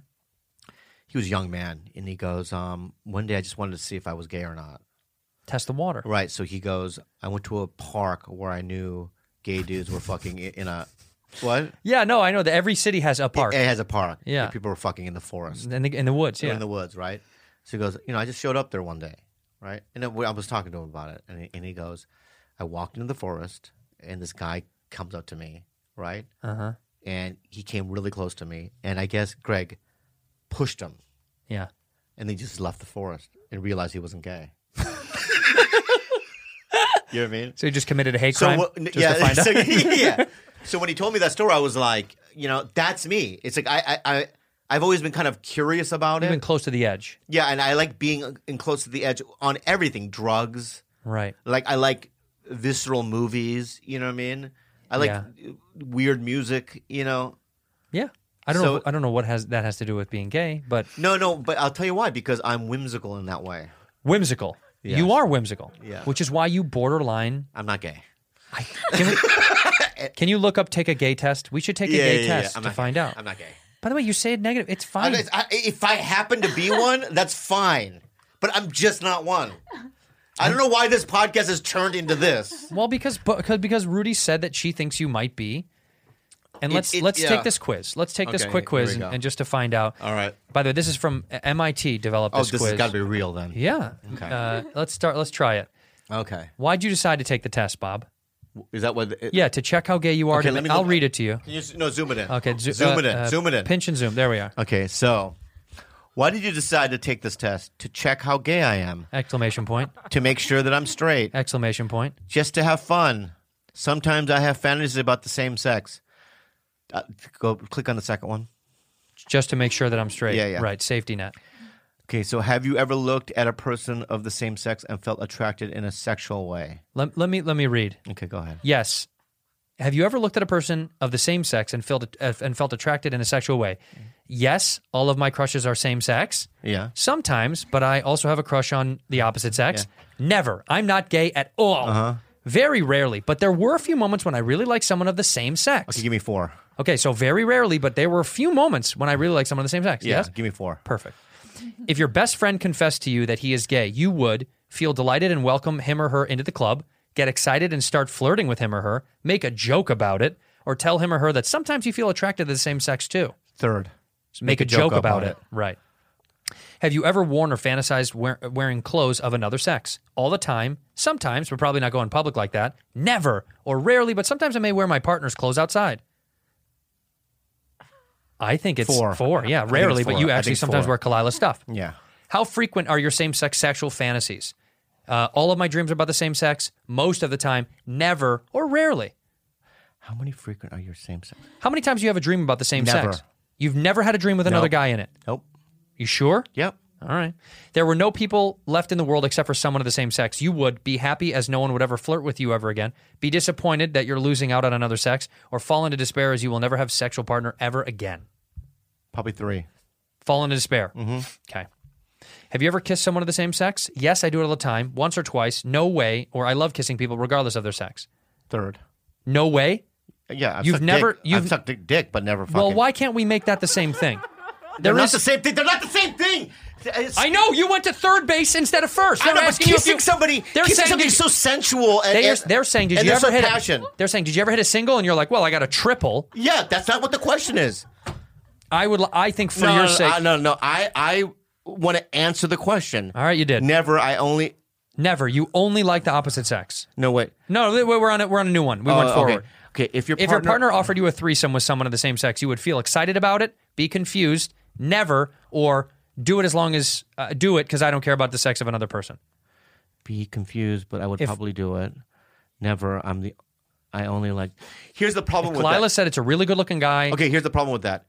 B: he was a young man, and he goes, um, one day I just wanted to see if I was gay or not.
A: Test the water.
B: Right. So he goes, I went to a park where I knew gay dudes were fucking i- in a what?
A: Yeah, no, I know that every city has a park
B: It has a park.
A: Yeah.
B: And people were fucking in the forest.
A: in the in the woods, yeah.
B: in the woods, right? So he goes, you know, I just showed up there one day, right? And then we- I was talking to him about it, and he, and he goes, I walked into the forest, and this guy comes up to me, right?
A: uh-huh.
B: And he came really close to me, and I guess Greg pushed him,
A: Yeah.
B: and they just left the forest and realized he wasn't gay. you know what I mean?
A: So he just committed a hate
B: So
A: crime
B: what-
A: just
B: yeah,
A: to find
B: so,
A: out.
B: yeah. So when he told me that story, I was like, you know, that's me. It's like I, I, I I've always been kind of curious about
A: Even
B: it.
A: close to the edge.
B: Yeah, and I like being in close to the edge on everything. Drugs,
A: Right.
B: like I like visceral movies. You know what I mean? I like
A: Yeah.
B: weird music. You know?
A: Yeah. I don't know
B: So-
A: I don't know what has that has to do with being gay, but
B: No, no. But I'll tell you why. Because I'm whimsical in that way.
A: whimsical.
B: Yeah.
A: You are whimsical,
B: Yeah.
A: which is why you borderline.
B: I'm not gay.
A: I, can, we- can you look up take a gay test? We should take a gay test
B: I'm
A: to
B: not
A: find
B: gay.
A: out.
B: I'm not gay.
A: By the way, you say it negative. It's fine.
B: I'm not- I- if I happen to be one, that's fine. But I'm just not one. I don't know why this podcast has turned into this.
A: well, because because because Rudy said that she thinks you might be. And
B: It-
A: let's
B: it-
A: let's
B: yeah.
A: take this quiz. Let's take this
B: Okay,
A: quick
B: here
A: quiz
B: we
A: and,
B: go.
A: and just to find out.
B: All right.
A: By the way, this is from uh, MIT. Developed
B: Oh,
A: this,
B: this
A: quiz.
B: has got to be real then.
A: yeah. Uh, let's start. Let's try it.
B: Okay.
A: Why'd you decide to take the test, Bob?
B: Is that what? It,
A: Yeah, to check how gay you are.
B: Okay,
A: to-
B: let me
A: I'll
B: look-
A: read it to you.
B: Can you s- no, zoom it in.
A: Okay, zo-
B: zoom
A: uh,
B: it in.
A: uh,
B: zoom it in.
A: Pinch and zoom. There we are.
B: Okay, so why did you decide to take this test? To check how gay I am,
A: Exclamation point.
B: to make sure that I'm straight,
A: Exclamation point.
B: just to have fun. Sometimes I have fantasies about the same sex. Uh, go click on the second one.
A: Just to make sure that I'm straight.
B: Yeah, yeah.
A: Right. Safety net.
B: Okay, so have you ever looked at a person of the same sex and felt attracted in a sexual way?
A: Let, let me let me read.
B: Okay, go ahead.
A: Yes. Have you ever looked at a person of the same sex and felt uh, and felt attracted in a sexual way? Yes, all of my crushes are same sex.
B: Yeah.
A: Sometimes, but I also have a crush on the opposite sex. Never. I'm not gay at all.
B: Uh-huh.
A: Very rarely, but there were a few moments when I really liked someone of the same sex.
B: Okay, give me four.
A: Okay, so very rarely, but there were a few moments when I really liked someone of the same sex.
B: Yeah,
A: Yes.
B: give me four.
A: Perfect. If your best friend confessed to you that he is gay, you would feel delighted and welcome him or her into the club, get excited and start flirting with him or her, make a joke about it, or tell him or her that sometimes you feel attracted to the same sex too.
B: Third,
A: Just make, a joke, about it. Right. Have you ever worn or fantasized wear, wearing clothes of another sex? All the time, sometimes, but probably not going public like that. Never, or rarely, but sometimes I may wear my partner's clothes outside. I think it's
B: Four. I
A: Yeah,
B: think it's
A: rarely, but
B: four.
A: you
B: I
A: actually
B: think
A: sometimes
B: four.
A: wear Kalila stuff.
B: Yeah.
A: How frequent are your same sex sexual fantasies? Uh, all of my dreams are about the same sex. Most of the time, never or rarely.
B: How many frequent are your same sex?
A: How many times do you have a dream about the same
B: Never.
A: sex? You've never had a dream with another
B: Nope.
A: guy in it.
B: Nope.
A: You sure?
B: Yep.
A: All right. There were no people left in the world except for someone of the same sex. You would be happy as no one would ever flirt with you ever again, be disappointed that you're losing out on another sex, or fall into despair as you will never have sexual partner ever again.
B: Probably three.
A: Fall into despair. Mm-hmm. Okay. Have you ever kissed someone of the same sex? Yes, I do it all the time. Once or twice. No way. Or I love kissing people regardless of their sex.
B: Third.
A: No way.
B: Yeah. I've
A: You've
B: sucked
A: never-
B: Dick.
A: you've-
B: I've sucked dick, dick, but never fucking.
A: Well, why can't we make that the same thing?
B: They're
A: There
B: not
A: is-
B: the same thing. They're not the same thing. It's-
A: I know you went to third base instead of first.
B: I
A: They're
B: know, but
A: asking uh, you if
B: kissing
A: you-
B: somebody,
A: They're
B: kissing
A: saying
B: somebody
A: did-
B: is so sensual. And,
A: They are,
B: and-
A: they're saying, did
B: and
A: you
B: they're
A: ever
B: so
A: hit?
B: passion?
A: A, they're saying, did you ever hit a single? And you're like, well, I got a triple.
B: Yeah, that's not what the question is.
A: I would. li- I think for
B: no,
A: your
B: no,
A: sake,
B: I- no, no. I, I want to answer the question.
A: All right, you did.
B: Never. I only.
A: never. You only like the opposite sex.
B: No wait.
A: No, wait, we're on it. We're on a new one. We went
B: Uh,
A: forward.
B: Okay. okay. If your
A: If
B: partner,
A: your partner offered you a threesome with someone of the same sex, you would feel excited about it, be confused, never, or do it as long as uh, do it because I don't care about the sex of another person.
B: be confused, but I would
A: If-
B: probably do it. Never. I'm the. I only like. Here's the problem with
A: Kalila
B: that.
A: said it's a really good-looking guy,
B: Okay. Here's the problem with that.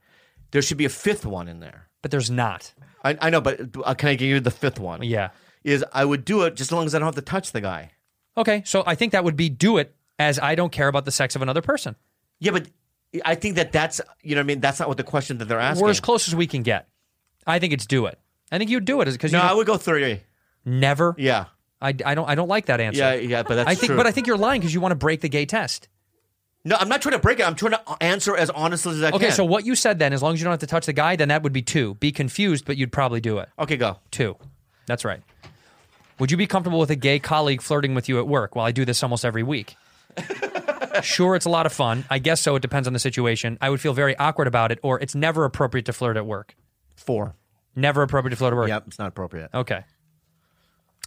B: There should be a fifth one in there.
A: but there's not.
B: I, I know, but uh, can I give you the fifth one?
A: Yeah.
B: Is I would do it just as long as I don't have to touch the guy.
A: Okay, so I think that would be do it as I don't care about the sex of another person.
B: Yeah, but I think that that's you know what I mean. That's not what the question that they're asking.
A: We're as close as we can get. I think it's do it. I think you do it because
B: no,
A: you
B: I
A: don't-
B: would go three.
A: never.
B: Yeah,
A: I, I don't I don't like that answer.
B: yeah, yeah. But that's
A: I think,
B: true.
A: but I think you're lying because you want to break the gay test.
B: no, I'm not trying to break it. I'm trying to answer as honestly as I
A: Okay,
B: can.
A: so what you said then, as long as you don't have to touch the guy, then that would be two. Be confused, but you'd probably do it.
B: okay, go.
A: Two. That's right. Would you be comfortable with a gay colleague flirting with you at work? Well, I do this almost every week. sure, it's a lot of fun. I guess so. It depends on the situation. I would feel very awkward about it, or it's never appropriate to flirt at work.
B: Four.
A: Never appropriate to flirt at work.
B: Yep, it's not appropriate.
A: Okay.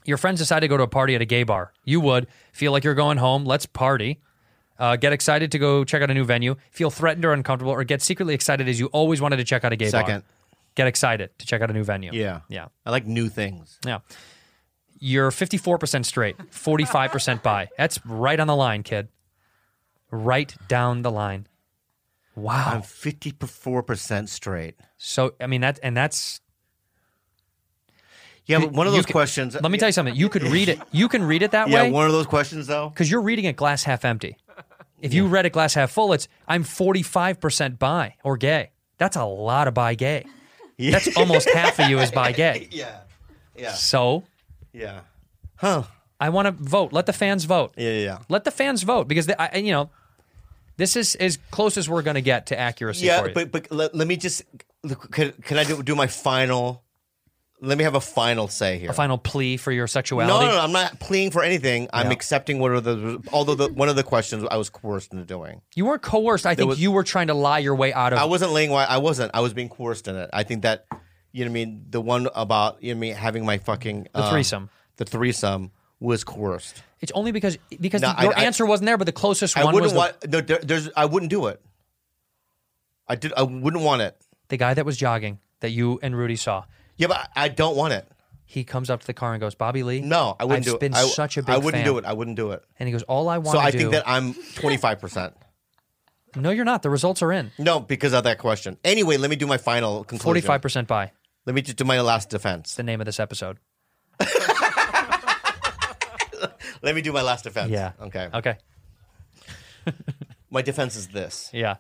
A: Your friends decide to go to a party at a gay bar. You would feel like you're going home. Let's party. Uh, get excited to go check out a new venue. Feel threatened or uncomfortable, or get secretly excited as you always wanted to check out a gay bar.
B: Second.
A: Get excited to check out a new venue.
B: Yeah,
A: Yeah.
B: I like new things.
A: Yeah. You're 54% straight, 45% bi. That's right on the line, kid. Right down the line. Wow.
B: I'm 54 percent straight.
A: so, I mean, that, and that's
B: Yeah, but one of
A: you
B: those
A: can-
B: questions.
A: Let me tell you something. You could read it. You can read it that
B: Yeah,
A: way.
B: one of those questions though.
A: because you're reading it glass half empty. If you read it glass half full, it's I'm 45% bi or gay. That's a lot of bi gay. That's almost half of you is bi gay.
B: Yeah,
A: So
B: yeah,
A: I want to vote. Let the fans vote.
B: yeah, yeah.
A: Let the fans vote because, they, I, I- you know, this is as close as we're going to get to accuracy
B: Yeah,
A: for you.
B: but but let, let me just can, can I do, do my final? Let me have a final say here.
A: a final plea for your
B: No,
A: sexuality.
B: no, no, I'm not pleading for anything. I'm accepting what are the although the, one of the questions I was coerced into doing.
A: You weren't coerced. I think
B: was-
A: you were trying to lie your way out of
B: I wasn't laying why I wasn't. I was being coerced in it. I think that you know what I mean. The one about you know what I mean having my fucking uh,
A: the threesome.
B: the threesome was coerced.
A: It's only because because
B: No, I-
A: your
B: I-
A: answer wasn't there, but the closest
B: I
A: one was
B: wouldn't
A: the,
B: want. No, there, there's. I wouldn't do it. I did. I wouldn't want it.
A: the guy that was jogging that you and Rudy saw.
B: Yeah, but I, I don't want it.
A: he comes up to the car and goes, Bobby Lee.
B: No, I
A: I've
B: wouldn't do it.
A: been
B: I,
A: such a big
B: I wouldn't
A: fan."
B: do it. I wouldn't do it.
A: And he goes, all I want
B: So
A: to
B: I
A: do.
B: think that I'm 25 percent.
A: no, you're not. The results are in.
B: No, because of that question. Anyway, let me do my final conclusion.
A: Forty-five percent by
B: Let me just do my last defense.
A: the name of this episode.
B: Let me do my last defense.
A: Yeah.
B: Okay.
A: Okay.
B: My defense is this:
A: Yeah.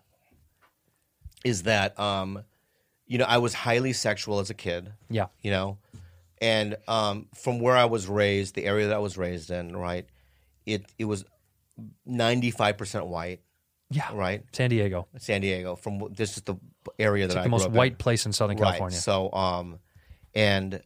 B: is that um, you know, I was highly sexual as a kid.
A: Yeah.
B: You know, and um, from where I was raised, the area that I was raised in, right, it it was ninety five percent white,
A: Yeah.
B: right?
A: San Diego.
B: San Diego. From wh- this is the area that I
A: The most
B: grew up in.
A: white place in Southern California.
B: Right. So, um, and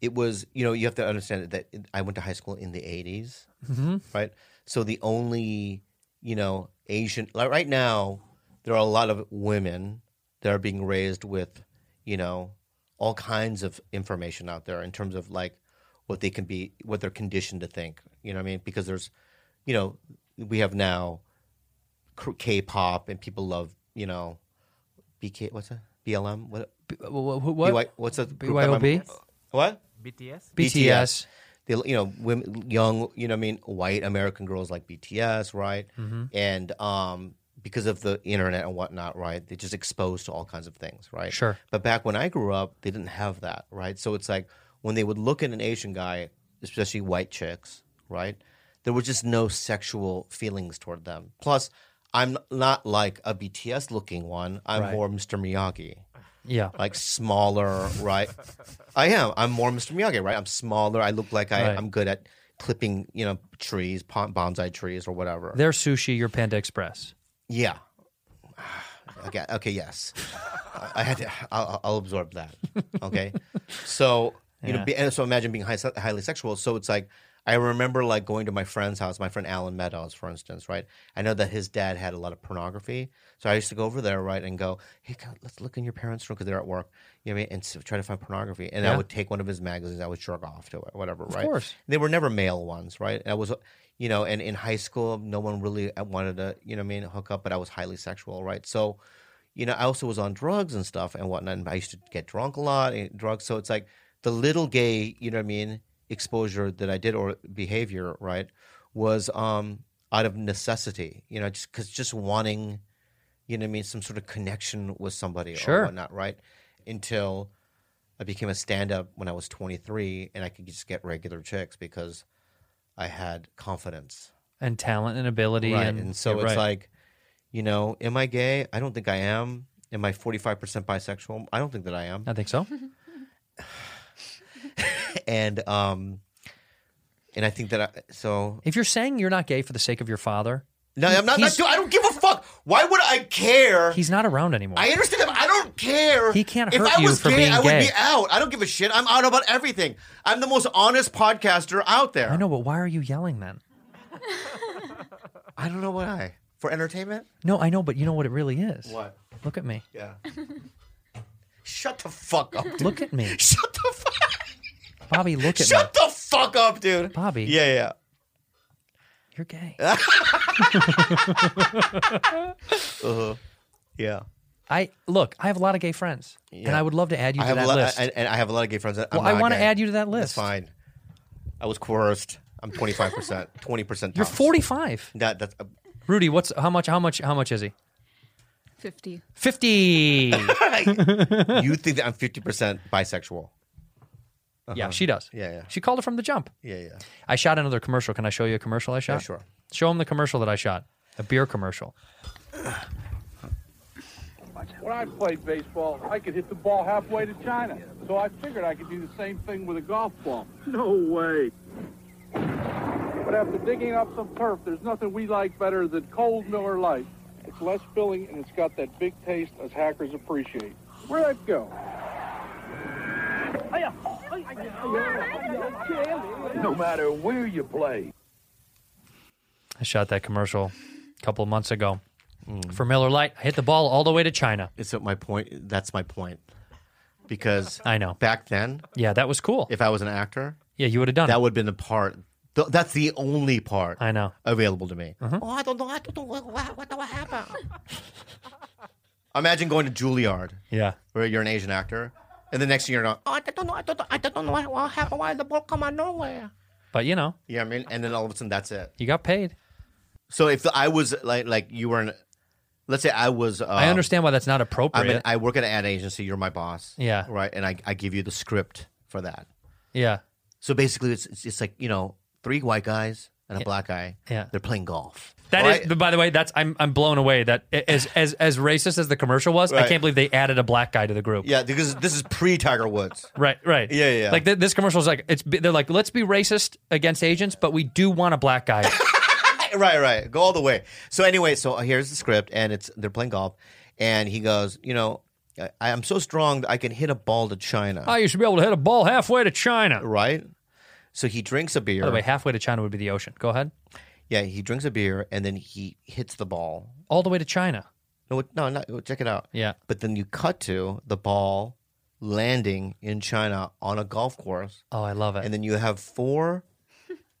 B: it was you know you have to understand that it- I went to high school in the 80s
A: Mm-hmm.
B: right? So the only you know Asian like right now there are a lot of women that are being raised with you know all kinds of information out there in terms of like what they can be what they're conditioned to think you know what I mean because there's you know we have now K- K-pop and people love you know BK what's that BLM what
A: B- wh- wh- what?
B: BY what's that group that my-
A: BYOB?
B: what
I: BTS?
A: BTS.
B: they you know women young you know what i mean white american girls like bts right
A: Mm-hmm.
B: and um because of the internet and whatnot right they're just exposed to all kinds of things right
A: Sure.
B: but back when i grew up they didn't have that right so it's like when they would look at an asian guy especially white chicks right there was just no sexual feelings toward them plus i'm not like a bts looking one i'm
A: Right.
B: more mr miyagi
A: Yeah.
B: like smaller, right? I am. I'm more Mr. Miyagi, right? I'm smaller. I look like I,
A: Right.
B: I'm good at clipping, you know, trees, pon- bonsai trees or whatever.
A: Their sushi, your Panda Express.
B: yeah. okay. Okay. Yes. I- I had to. I'll, I'll absorb that. Okay. So you know, be, and so imagine being high, highly sexual. So it's like I remember like going to my friend's house, my friend Alan Meadows, for instance, right? I know that his dad had a lot of pornography, so I used to go over there, right, and go, hey, come, let's look in your parents' room because they're at work, you know, what I mean, and s try to find pornography. And I
A: Yeah.
B: would take one of his magazines, I would jerk off to it, whatever, right?
A: course.
B: They were never male ones, right? And I was, you know, and in high school, no one really uh, wanted to, you know, what I mean, hook up, but I was highly sexual, right? So, you know, I also was on drugs and stuff and whatnot. And I used to get drunk a lot and drugs. So it's like the little gay, you know what I mean, exposure that I did or behavior, right, was um out of necessity, you know, just because just wanting, you know what I mean, some sort of connection with somebody
A: Sure.
B: or whatnot, right? Until I became a stand up when I was 23 and I could just get regular chicks because I had confidence.
A: And talent and ability.
B: Right.
A: And,
B: And, so
A: yeah,
B: it's
A: right.
B: like, you know, am I gay? I don't think I am. Am I 45% bisexual? I don't think that I am.
A: I think so.
B: And um and I think that I so
A: If you're saying you're not gay for the sake of your father,
B: no, I'm not, not
A: he's-
B: dude, I don't give a fuck. Why would I care?
A: he's not around anymore.
B: I understand that. but I don't care.
A: He can't
B: If
A: hurt
B: I
A: you
B: was
A: for
B: gay,
A: being
B: I would
A: gay.
B: be out. I don't give a shit. I'm out about everything. I'm the most honest podcaster out there.
A: I know, but why are you yelling then?
B: I don't know why. For entertainment?
A: No, I know, but you know what it really is. Look at me.
B: Yeah. Shut the fuck up, dude.
A: Look at me.
B: Shut the fuck.
A: Bobby, look at
B: Shut
A: me.
B: the fuck up, dude.
A: Bobby,
B: Yeah, yeah.
A: you're gay.
B: Yeah.
A: I look, I have a lot of gay friends. And
B: Yeah.
A: I would love to add you
B: I
A: to
B: have
A: that
B: a lot
A: list.
B: I, and I have a lot of gay friends that I'm
A: Well, I
B: not
A: wanna
B: gay.
A: add you to that
B: That's
A: list.
B: fine. I was coerced. I'm 25%, 20%
A: you're
B: tops.
A: 45.
B: That that's uh,
A: Rudy, what's how much how much how much is he?
E: 50.
A: 50.
B: you think that I'm 50% bisexual.
A: Yeah, she does.
B: Uh-huh. Yeah, yeah.
A: She called it from the jump.
B: Yeah, yeah.
A: I shot another commercial. Can I show you a commercial I shot?
B: sure.
A: Show him the commercial that I shot. A beer commercial.
D: When I played baseball, I could hit the ball halfway to China. So I figured I could do the same thing with a golf ball. No way. But after digging up some turf, there's nothing we like better than cold Miller Lite. It's less filling and it's got that big taste us hackers appreciate. Where'd that go? No matter where you play.
A: I shot that commercial a couple of months ago
B: Mm.
A: for Miller Lite. I hit the ball all the way to China.
B: It's at my point. That's my point. Because
A: I know.
B: back then,
A: Yeah, that was cool.
B: if I was an actor,
A: yeah, you would have done
B: that
A: it.
B: would have been the part. th- That's the only part
A: I know.
B: available to me.
A: Mm-hmm.
B: Oh, I don't know. I don't know what, what, what, what happened. Imagine going to Juilliard,
A: Yeah.
B: where you're an Asian actor, and the next thing you're not. Oh, I don't know. I don't know. I don't know what, what happened. Why the ball come out nowhere?
A: But you know,
B: Yeah, I mean, and then all of a sudden, that's it.
A: you got paid.
B: So if I was like, like you were, an, let's say I was. Uh,
A: I understand why that's not
B: I'm
A: appropriate.
B: an, I work at an ad agency. You're my boss.
A: Yeah.
B: Right. And I, I give you the script for that.
A: yeah.
B: So basically, it's, it's it's like you know three white guys and a black guy.
A: Yeah.
B: They're playing golf.
A: That
B: All
A: is,
B: right?
A: but by the way, that's I'm I'm blown away that as as as racist as the commercial was, I
B: Right.
A: can't believe they added a black guy to the group.
B: Yeah, because this is pre Tiger Woods.
A: Right, right.
B: Yeah, yeah.
A: Like th- this commercial is like it's bi- they're like let's be racist against Asians, but we do want a black guy.
B: right, right. Go all the way. So anyway, so here's the script, and it's they're playing golf, and he goes, you know, I, I'm so strong that I can hit a ball to China.
A: Oh, you should be able to hit a ball halfway to China.
B: right? So he drinks a beer.
A: By the way, halfway to China would be the ocean. Go ahead.
B: yeah, he drinks a beer and then he hits the ball.
A: All the way to China.
B: No, it- no, not, check it out.
A: Yeah.
B: But then you cut to the ball landing in China on a golf course,
A: Oh, I love it.
B: and then you have four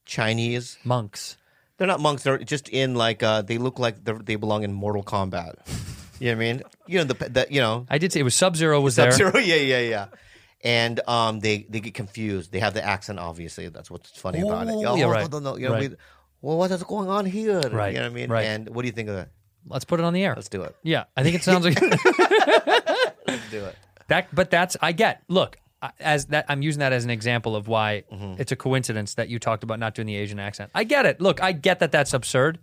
B: Chinese.
A: Monks.
B: They're not monks. They're just in like uh, they look like they're, they belong in Mortal Kombat. you know what I mean? You know the, the you know
A: I did say it was Sub Zero was there.
B: Sub-Zero. Yeah, yeah, yeah. And um, they they get confused. They have the accent, obviously. That's what's funny about it.
A: Oh,
B: Oh,
A: yeah, right,
B: no, no, no, you know,
A: right.
B: we- well, what is going on here?
A: Right,
B: You know what I mean?
A: right.
B: And what do you think of that?
A: Let's put it on the air.
B: Let's do it.
A: Yeah, I think it sounds like
B: Do it.
A: that. But that's I get. Look, I- as that I'm using that as an example of why
B: Mm-hmm.
A: it's a coincidence that you talked about not doing the Asian accent. I get it. Look, I get that that's absurd.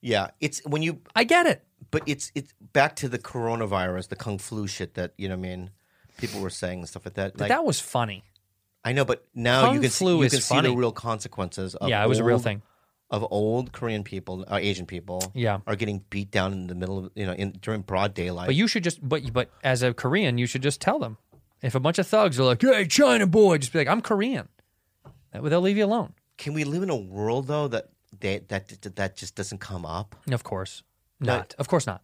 B: Yeah, it's when you,
A: I get it.
B: but it's it's back to the coronavirus, the kung flu shit that you know. what I mean, people were saying and stuff like that.
A: But
B: Like,
A: that was funny.
B: I know, but now
A: Kung
B: you can see,
A: flu
B: you
A: is
B: can see
A: funny.
B: the real consequences. Of
A: Yeah, it was a real
B: old-
A: thing.
B: Of old Korean people, uh, Asian people,
A: Yeah.
B: are getting beat down in the middle of you know in during broad daylight.
A: But you should just but but as a Korean, you should just tell them. If a bunch of thugs are like, "Hey, China boy," just be like, "I'm Korean." That way They'll leave you alone.
B: Can we live in a world though that they, that that- that just doesn't come up?
A: Of course not. Of course not.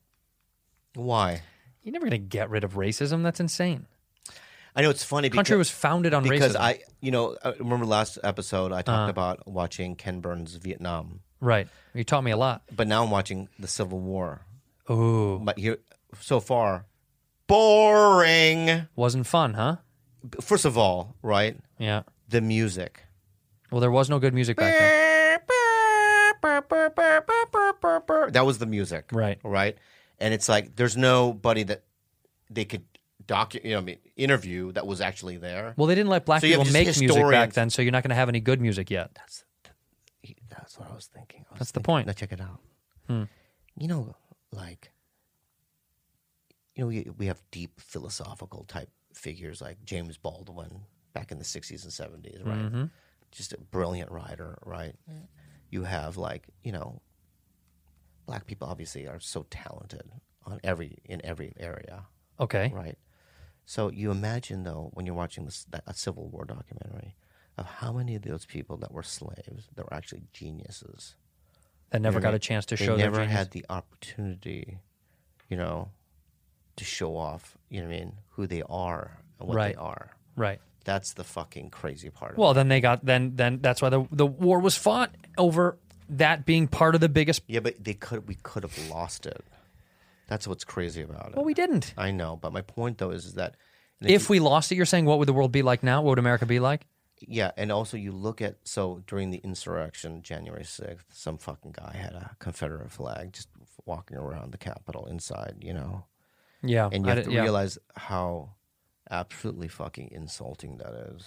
B: Why?
A: You're never gonna get rid of racism. That's insane.
B: I know it's funny.
A: Country was
B: because,
A: founded on
B: because
A: racism. Uh.
B: I, you know, I remember last episode I talked about watching Ken Burns Vietnam,
A: right. You taught me a lot.
B: but now I'm watching the Civil War.
A: Ooh,
B: But here, so far, boring.
A: wasn't fun, huh?
B: First of all, right,
A: Yeah.
B: the music.
A: Well, there was no good music back then.
B: That was the music,
A: Right.
B: Right, and it's like there's nobody that they could docu, you know, I mean, interview that was actually there.
A: Well, they didn't let black
B: So you
A: people
B: have just
A: make music back
B: historians.
A: then, so you're not going to have any good music yet.
B: That's what I was thinking. I was
A: That's the
B: thinking-
A: point. Hmm.
B: Now check it out. You know, like, you know, we, we have deep philosophical type figures like James Baldwin back in the 60s and 70s, right?
A: Mm-hmm.
B: Just a brilliant writer, right? You have, like, you know, black people obviously are so talented on every in every area,
A: Okay.
B: right? So you imagine though when you're watching this that, a Civil War documentary of how many of those people that were slaves that were actually geniuses
A: That
B: you
A: never
B: know what I
A: got a
B: mean?
A: chance to
B: they
A: show their
B: never
A: genius.
B: had the opportunity, you know, to show off. You know what I mean? Who they are and what
A: Right.
B: they are.
A: Right.
B: That's the fucking crazy part. of
A: Well,
B: it.
A: then they got then then that's why the the war was fought over that being part of the biggest.
B: yeah, but they could we could have lost it. That's what's crazy about it.
A: Well, we didn't.
B: I know, but my point though is, is that and
A: If we lost it, you're saying what would the world be like now? What would America be like?
B: yeah, and also you look at so during the insurrection, January sixth, some fucking guy had a Confederate flag just walking around the Capitol inside. You know.
A: Yeah.
B: and you
A: I
B: have
A: di-
B: to
A: yeah.
B: realize how absolutely fucking insulting that is.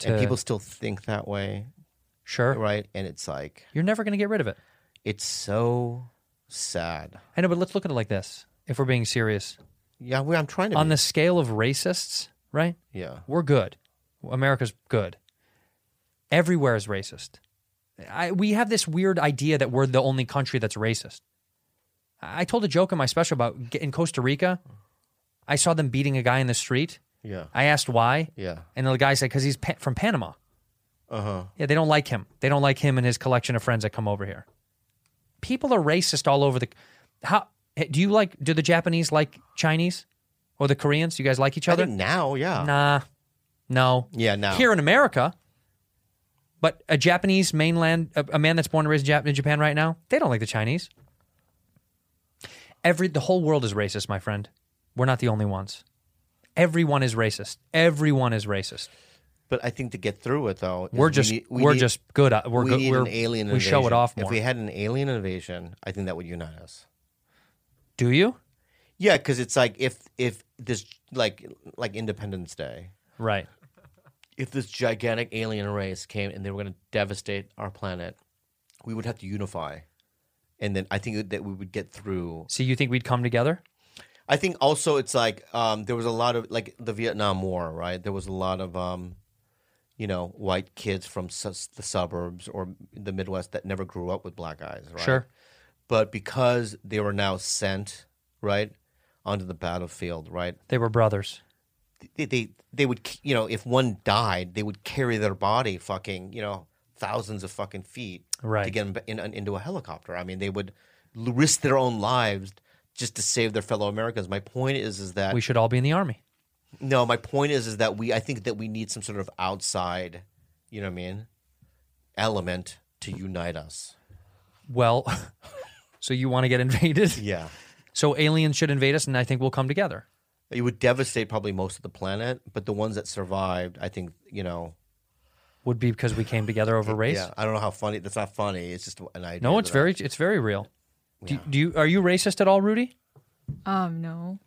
A: To- Er
B: And people still think that way,
A: Sure.
B: right? And it's like
A: You're never going to get rid of it.
B: it's so sad.
A: I know, but let's look at it like this. If we're being serious,
B: Yeah, we, I'm trying to
A: on
B: be-
A: the scale of racists, right?
B: Yeah,
A: we're good. America's good. Everywhere is racist. I, we have this weird idea that we're the only country that's racist. I I told a joke in my special about g- in Costa Rica. I saw them beating a guy in the street.
B: yeah,
A: I asked why,
B: yeah.
A: and the guy said because he's pa- from Panama.
B: Uh huh.
A: Yeah, they don't like him. They don't like him and his collection of friends that come over here. People are racist all over the. How eh, do you like? Do the Japanese like Chinese or the Koreans? You guys like each
B: I
A: other?
B: think now, yeah,
A: Nah, no.
B: Yeah, no.
A: Here in America, but a Japanese mainland, a, a man that's born and raised in, Jap- in Japan right now, they don't like the Chinese. Every the whole world is racist, my friend. We're not the only ones. Everyone is racist. Everyone is racist.
B: but I think to get through it though, is
A: We're
B: we
A: just
B: need- we
A: we are
B: need-
A: just good. at- We're
B: we
A: good.
B: need
A: we're,
B: an alien.
A: we show it
B: invasion.
A: off more.
B: If we had an alien invasion, I think that would unite us.
A: Do you?
B: Yeah, because it's like if if this like like Independence Day,
A: Right.
B: if this gigantic alien race came and they were going to devastate our planet, we would have to unify. And then I think that we would get through.
A: So you think we'd come together?
B: I think also it's like um, there was a lot of like the Vietnam War, right? There was a lot of um, you know white kids from sus- the suburbs or the Midwest that never grew up with black eyes, right?
A: Sure.
B: But because they were now sent, right, onto the battlefield, right?
A: They were brothers.
B: They, they they would c- you know if one died, they would carry their body fucking you know thousands of fucking feet to
A: Right.
B: get 'em ba- in, in- into a helicopter. I mean, they would l- risk their own lives just to save their fellow Americans. My point is is that
A: We should all be in the army.
B: no, my point is is that we I think that we need some sort of outside, you know what I mean, element to unite us.
A: Well, so you want to get invaded?
B: Yeah.
A: So aliens should invade us, and I think we'll come together.
B: It would devastate probably most of the planet, but the ones that survived, I think, you know,
A: Would be because we came together over race.
B: yeah, I don't know how funny. That's not funny. It's just an idea.
A: No, it's
B: that I-
A: very it's very real. Do, do you are you racist at all, Rudy?
E: Um, no.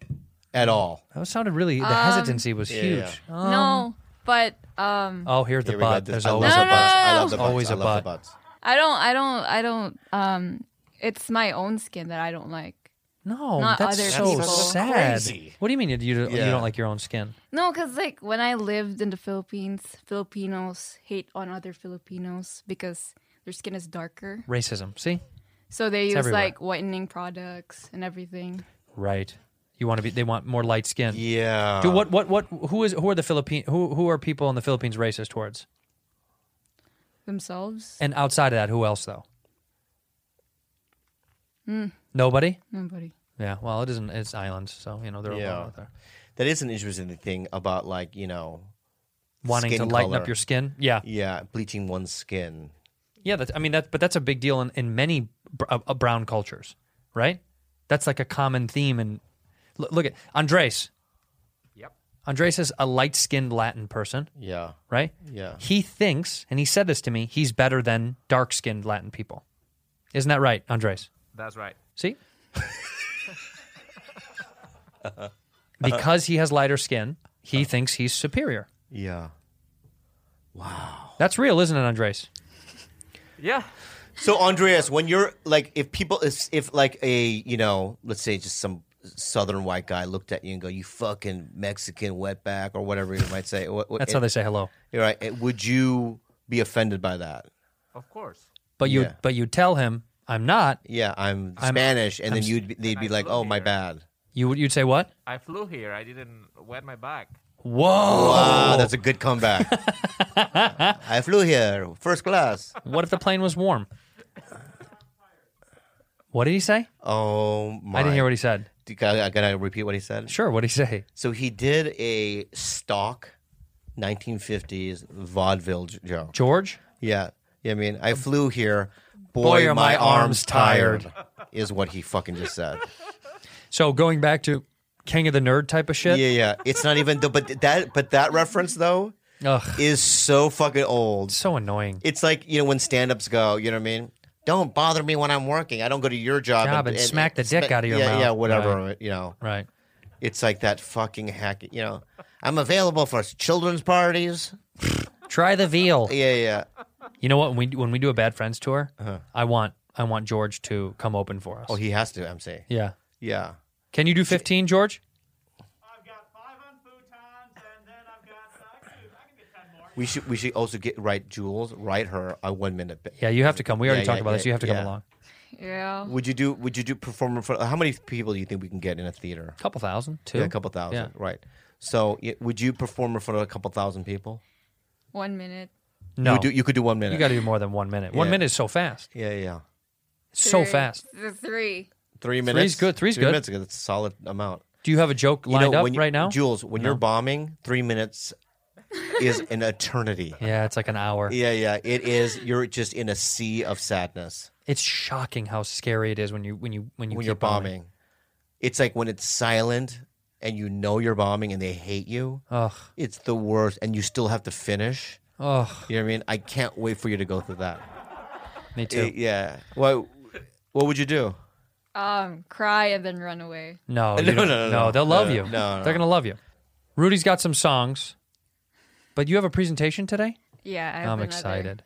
B: at all.
A: That sounded really the
E: Um,
A: hesitancy was
B: yeah,
A: huge.
B: yeah.
A: Um,
E: no, but um,
A: Oh, here's the
B: Here we got
A: butt.
B: this.
A: There's
B: I
A: always
B: love
A: a
B: the
A: butt.
B: butts. I love the butts.
A: Always
B: I
A: a
B: love the
A: butt.
B: butts.
E: I don't, I don't, I don't. Um, it's my own skin that I don't like.
A: No,
E: Not
A: that's
E: other
A: so
E: people. That's
A: sad.
B: crazy.
A: What do you mean you, you, you
B: Yeah.
A: don't like your own skin?
E: No, because like when I lived in the Philippines, Filipinos hate on other Filipinos because their skin is darker.
A: Racism. See?
E: So they
A: It's
E: use
A: everywhere.
E: like whitening products and everything.
A: Right. You want to be they want more light skin.
B: Yeah.
A: Do what what what who is who are the Philippine who who are people in the Philippines racist towards?
E: Themselves?
A: And outside of that, who else though?
E: Hmm.
A: Nobody?
E: Nobody.
A: Yeah. Well, it isn't it's islands, so you know they're
B: Yeah.
A: alone out there.
B: That is an interesting thing about like you know,
A: Wanting
B: Skin
A: to lighten
B: color.
A: up your skin. Yeah.
B: yeah, bleaching one's skin.
A: Yeah, that's, I mean that, but that's a big deal in, in many br- uh, uh, brown cultures, right? That's like a common theme. And look, look at Andres. Yep. Andres is a light-skinned Latin person,
B: Yeah.
A: right?
B: Yeah.
A: He thinks, and he said this to me, he's better than dark-skinned Latin people. Isn't that right, Andres?
I: That's right.
A: See? because he has lighter skin, he
B: Uh-huh.
A: thinks he's superior.
B: Yeah.
A: That's real, isn't it, Andres?
I: Yeah.
B: So Andreas, when you're like, if people, if, if like a you know, let's say just some southern white guy looked at you and go, "You fucking Mexican wetback" or whatever you might say. What, what,
A: That's how they say hello.
B: You're right. And Would you be offended by that?
I: Of course.
A: But you,
B: Yeah.
A: but you tell him, "I'm not."
B: Yeah, I'm
A: I'm-
B: Spanish, and
A: I'm
B: then
A: s-
B: you'd be, they'd be
I: I
B: like,
I: flew
B: "Oh, my
I: here."
B: bad."
A: You would you'd say what?
I: I flew here. I didn't wet my back.
A: Whoa!
B: Wow, Ah, that's a good comeback. I flew here, first class.
A: What if the plane was warm? What did he say?
B: Oh my!
A: I didn't hear what he said.
B: he. Can I, can I repeat what he said?
A: Sure, what did he say?
B: So he did a stock 1950s vaudeville j- joke.
A: George?
B: Yeah. yeah I mean, I flew here. Boy,
A: Um, are
B: are
A: my
B: my,
A: arms
B: arms tired. Is what he fucking just said.
A: So going back to King of the Nerd type of
B: yeah,
A: shit.
B: yeah. It's not even the but that but that reference though
A: Ugh,
B: is so fucking old.
A: so annoying.
B: It's like you know when stand-ups go, you know what I mean? Don't bother me when I'm working. I don't go to your job,
A: Job and smack the dick out of your
B: yeah,
A: mouth.
B: Yeah, whatever. You know,
A: Right.
B: it's like that fucking hack. You know, I'm available for children's parties.
A: Try the veal.
B: Yeah, yeah.
A: You know what? When we when we do a bad friends tour, I want I want George to come open for us.
B: Uh-huh. Oh, he has to MC.
A: yeah.
B: Yeah.
A: Can you do 15, George?
I: I've got five on futons, and then I've got. I can, I can get ten more.
B: We should we should also get write Jules, write her a one minute bit.
A: Yeah, you have to come. We already
B: Yeah,
A: talked
B: yeah,
A: about this.
B: yeah,
A: You have to come
B: yeah.
A: along.
E: Yeah.
B: Would you do would you do perform for how many people do you think we can get in a theater?
A: Couple thousand, two.
B: Yeah, a couple thousand,
A: Yeah.
B: right? So, y- would you perform in front of a couple thousand people?
E: One minute.
A: No,
B: You, do, you could do one minute.
A: you got to do more than one minute. One
B: Yeah.
A: minute is so fast.
B: yeah, yeah.
A: So
E: Three.
A: fast.
E: Th- Three.
B: Three minutes.
A: good, three's
B: three
A: good.
B: Minutes ago, that's a solid amount.
A: Do you have a joke
B: You know,
A: lined up
B: when you-
A: right now?
B: Jules, when you're bombing, three minutes is an eternity.
A: Yeah, it's like an hour.
B: Yeah, yeah. It is. You're just in a sea of sadness
A: It's shocking how scary it is when you when you when you
B: when
A: keep
B: you're bombing. It's like when it's silent and you know you're bombing and they hate you.
A: Ugh,
B: It's the worst, and you still have to finish.
A: ugh,
B: You know what I mean? I can't wait for you to go through that.
A: me too.
B: Eh, yeah. What What would you do?
E: Um, cry and then run away.
A: no,
B: no,
A: you don't-
B: no, no, no.
A: they'll love
B: No,
A: you.
B: no, no.
A: they're gonna love you. Rudy's got some songs, but you have a presentation today.
E: Yeah. I have
A: I'm
E: another.
A: excited.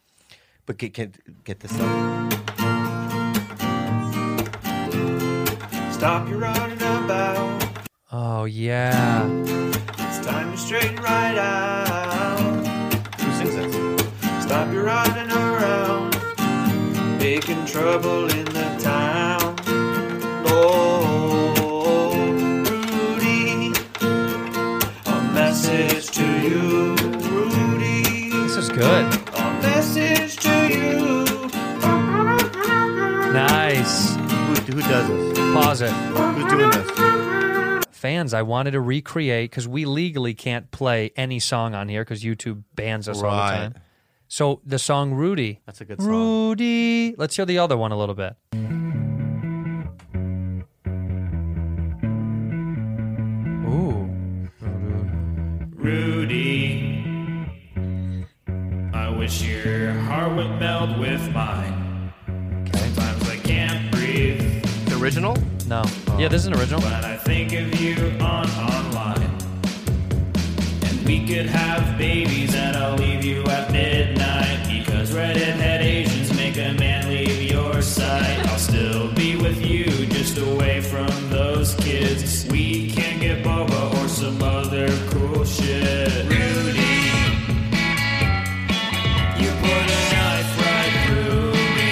B: But get get, get this up.
I: Stop your running about.
A: Oh yeah,
I: It's time to straighten right out.
B: Who sings this?
I: Stop your running around. Making trouble in the town. Oh,
A: Nice.
B: Who, who does this?
A: Pause it.
B: Who's doing this?
A: Fans, I wanted to recreate because we legally can't play any song on here because YouTube bans us all the
B: Right.
A: time. So the song Rudy.
B: That's a good song.
A: Rudy. Let's hear the other one a little bit. Ooh.
J: Rudy, I wish your heart would melt with mine. Sometimes I can't breathe,
B: The original?
A: No.
B: Oh.
A: Yeah, this is an original.
J: but I think of you on online. And we could have babies, and I'll leave you at midnight. Because redhead Asians make a man leave your side. I'll still be with you, just away from those kids. We can get boba or some other cool shit. Rudy, you put a knife right through me.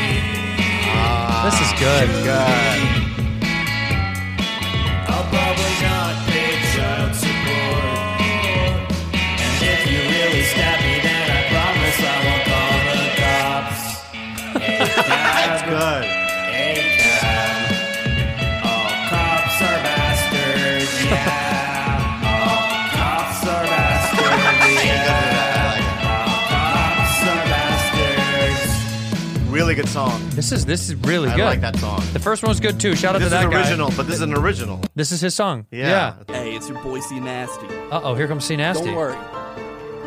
A: This is good.
B: God.
J: I'll probably not pay child support. And if you really stab me, then I promise I won't call the cops. Hey,
B: That's
J: Dad.
B: good.
J: Hey, Dad. All cops are bastards, yeah. All cops are bastards, yeah. All cops are bastards.
B: Really good song.
A: This is this is really
B: I
A: good.
B: like that song.
A: The first one was good too. Shout out
B: This
A: to
B: is
A: that guy.
B: original, but this is an original.
A: This is his song.
B: Yeah.
K: Hey, it's your boy C Nasty.
A: Uh oh, here comes C Nasty.
K: Don't worry.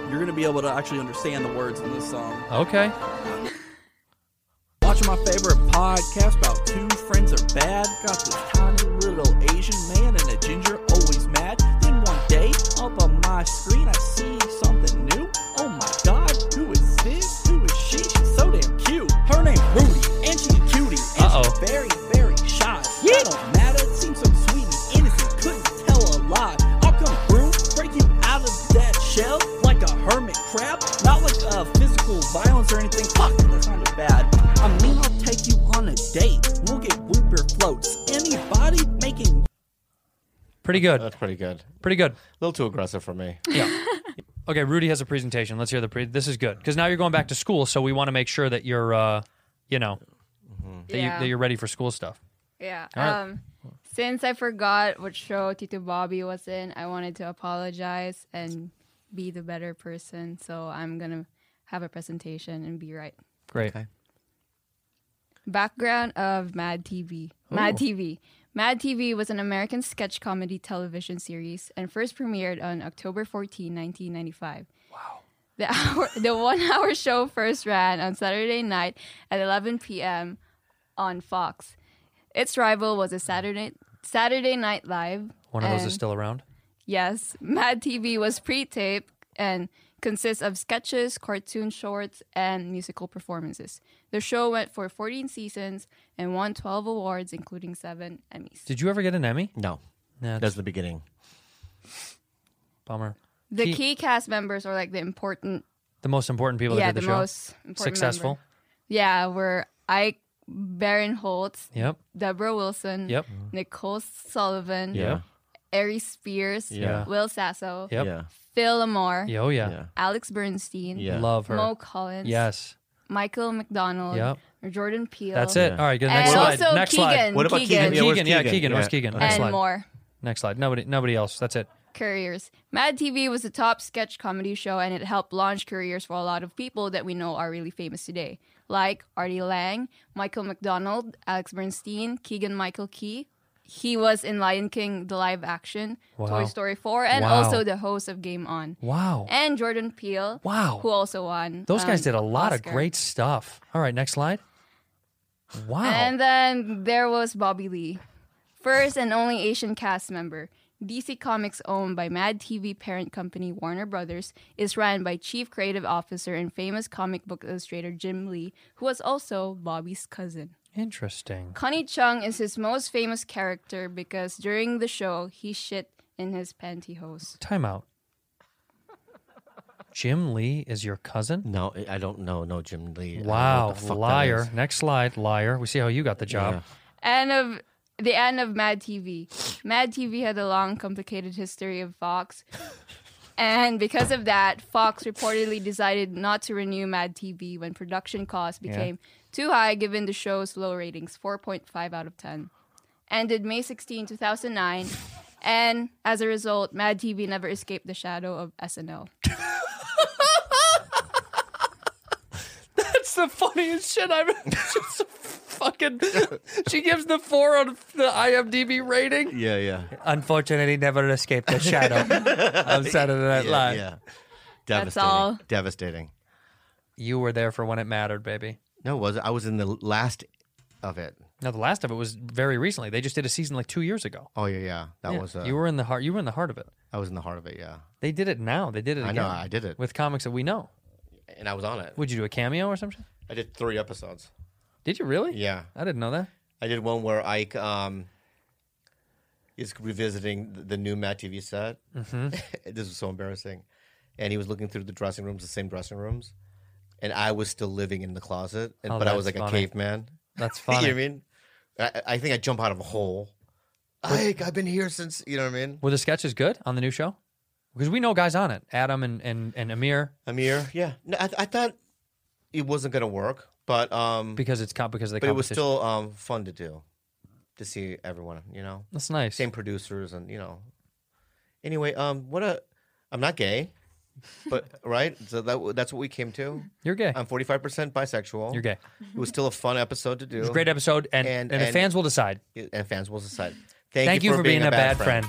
K: You're going to be able to actually understand the words in this song.
A: Okay.
K: Watching my favorite podcast about two friends are bad. Got this tiny little Asian man and a ginger always mad. Then one day, up on my screen, I see something new. Oh my god, who is this? Who is she? She's so damn cute. Her name Rudy, and she's a cutie. And
A: Uh-oh.
K: she's very, very shy. I don't matter, seems so sweet and innocent. Couldn't tell a lie. I'll come through, break you out of that shell like a hermit crab. Not like uh, physical violence or anything. Fuck, that sounded bad. I mean, I'll take you on a date. We'll get blooper floats. Anybody making
A: Pretty good.
F: That's pretty good.
A: Pretty good.
F: A little too aggressive for me.
A: Yeah. Okay, Rudy has a presentation. Let's hear the pre. This is good because now you're going back to school, so we want to make sure that you're, uh, you know, that,
E: Yeah.
A: you, that you're ready for school stuff.
E: Yeah.
A: All right.
E: Um, since I forgot what show Tito Bobby was in, I wanted to apologize and be the better person. So I'm gonna have a presentation and be right.
A: Great.
E: Background of Mad TV.
A: Oh.
E: Mad TV. Mad TV was an American sketch comedy television series and first premiered on October 14, 1995. Wow. The, hour, the one hour show first ran on Saturday night at 11 p.m. on Fox. Its rival was a Saturday, Saturday Night Live.
A: One of those
E: and-
A: is still around.
E: Yes, Mad TV was pre-taped and consists of sketches, cartoon shorts, and musical performances. The show went for 14 seasons and won 12 awards, including seven Emmys.
A: Did you ever get an Emmy?
B: No.
A: No,
B: That's the beginning.
A: bummer.
E: The
A: He-
E: key, cast members are like the important,
A: The most important people
E: yeah,
A: that Oh, did
E: the,
A: the, show.
E: most important
A: Successful.
E: member. Yeah, were Ike Baron Holtz,
A: Yep.
E: Deborah Wilson,
A: Yep.
E: Nicole Sullivan,
B: Yeah.
E: Ari Spears,
B: Yeah.
E: Will Sasso,
A: Yep.
B: Yeah.
E: Phil Lamar,
A: Yeah, Oh yeah.
B: Yeah.
E: Alex Bernstein,
B: Yeah.
A: Love her.
E: Mo Collins,
A: Yes.
E: Michael McDonald,
A: Yep.
E: Jordan Peele.
A: That's it.
B: Yeah.
A: All right. Good.
E: And
A: Next slide.
E: also
A: Next
E: Keegan,
A: slide.
B: What about
E: Keegan,
B: Yeah, where's
A: Keegan, yeah,
B: Keegan?
A: Keegan. Where's
B: Yeah.
A: Keegan?
B: Okay.
A: Next
E: and
A: slide.
E: more
A: Next slide. Nobody. Nobody else. That's it.
E: careers. Mad TV was a top sketch comedy show, and it helped launch careers for a lot of people that we know are really famous today, like Artie Lang, Michael McDonald, Alex Bernstein, Keegan Michael Key. He was in Lion King, the live action,
A: Wow.
E: Toy Story 4, and
A: Wow.
E: also the host of Game On.
A: Wow.
E: And Jordan Peele,
A: Wow.
E: who also won.
A: Those guys
E: um,
A: did a lot
E: Oscar.
A: of great stuff. All right, next slide. Wow.
E: And then there was Bobby Lee, first and only Asian cast member. DC Comics, owned by Mad TV parent company Warner Brothers, is ran by Chief Creative Officer and famous comic book illustrator Jim Lee, who was also Bobby's cousin.
A: Interesting.
E: Connie Chung is his most famous character because during the show, he shit in his pantyhose.
A: Timeout. Jim Lee is your cousin?
B: No, I- I don't know. No, Jim Lee. I don't know
A: Wow,
B: what the fuck that
A: liar.
B: is.
A: Next slide, liar. We see how you got the job.
E: end of the end of Mad TV. Mad TV had a long, complicated history of Fox, and because of that, Fox reportedly decided not to renew Mad TV when production costs became Too high given the show's low ratings, 4.5 out of 10. Ended May 16, 2009, and as a result, Mad TV never escaped the shadow of SNL.
A: That's the funniest shit I've ever. She's so fucking. She gives the four on the IMDb rating.
L: Yeah, yeah.
A: Unfortunately, never escaped the shadow of Saturday Night
L: Yeah,
A: Live.
L: yeah.
E: That's all.
L: Devastating.
A: You were there for when it mattered, baby.
L: No, it was I was in the last of it.
A: No, the last of it was very recently. They just did a season like two years ago.
L: Oh yeah, yeah. That
A: Yeah.
L: was uh,
A: you were in the heart. You were in the heart of it.
L: I was in the heart of it. Yeah,
A: They did it now. They did it.
L: I
A: Again
L: know, I did it.
A: with comics that we know.
B: and I was on it.
A: Would you do a cameo or something?
B: I did three episodes.
A: Did you really?
B: Yeah,
A: I didn't know that.
B: I did one where Ike um, is revisiting the- the new Matt TV set.
A: Mhm.
B: this was so embarrassing, and he was looking through the dressing rooms, the same dressing rooms, and I was still living in the closet, and,
A: Oh,
B: but I was
A: that's
B: like a
A: funny.
B: caveman.
A: That's
B: you know
A: funny.
B: what I mean? I, I think I jump out of a hole. Ike, I've been here since. You know what I mean?
A: Were the sketches good on the new show? Because we know guys on it, Adam and and, and Amir,
B: Amir, yeah. No, I, I thought it wasn't gonna work, but um,
A: because it's com- because of the
B: but it was
A: competition.
B: still um fun to do, to see everyone. You know,
A: That's nice.
B: Same producers and you know. Anyway, um, what a, I'm not gay, but right. So that that's what we came to.
A: You're gay.
B: I'm 45 percent bisexual.
A: You're gay.
B: It was still a fun episode to do.
A: It was a great episode, and and, the fans will decide.
B: and fans will decide.
A: Thank, you for, being, a bad friend.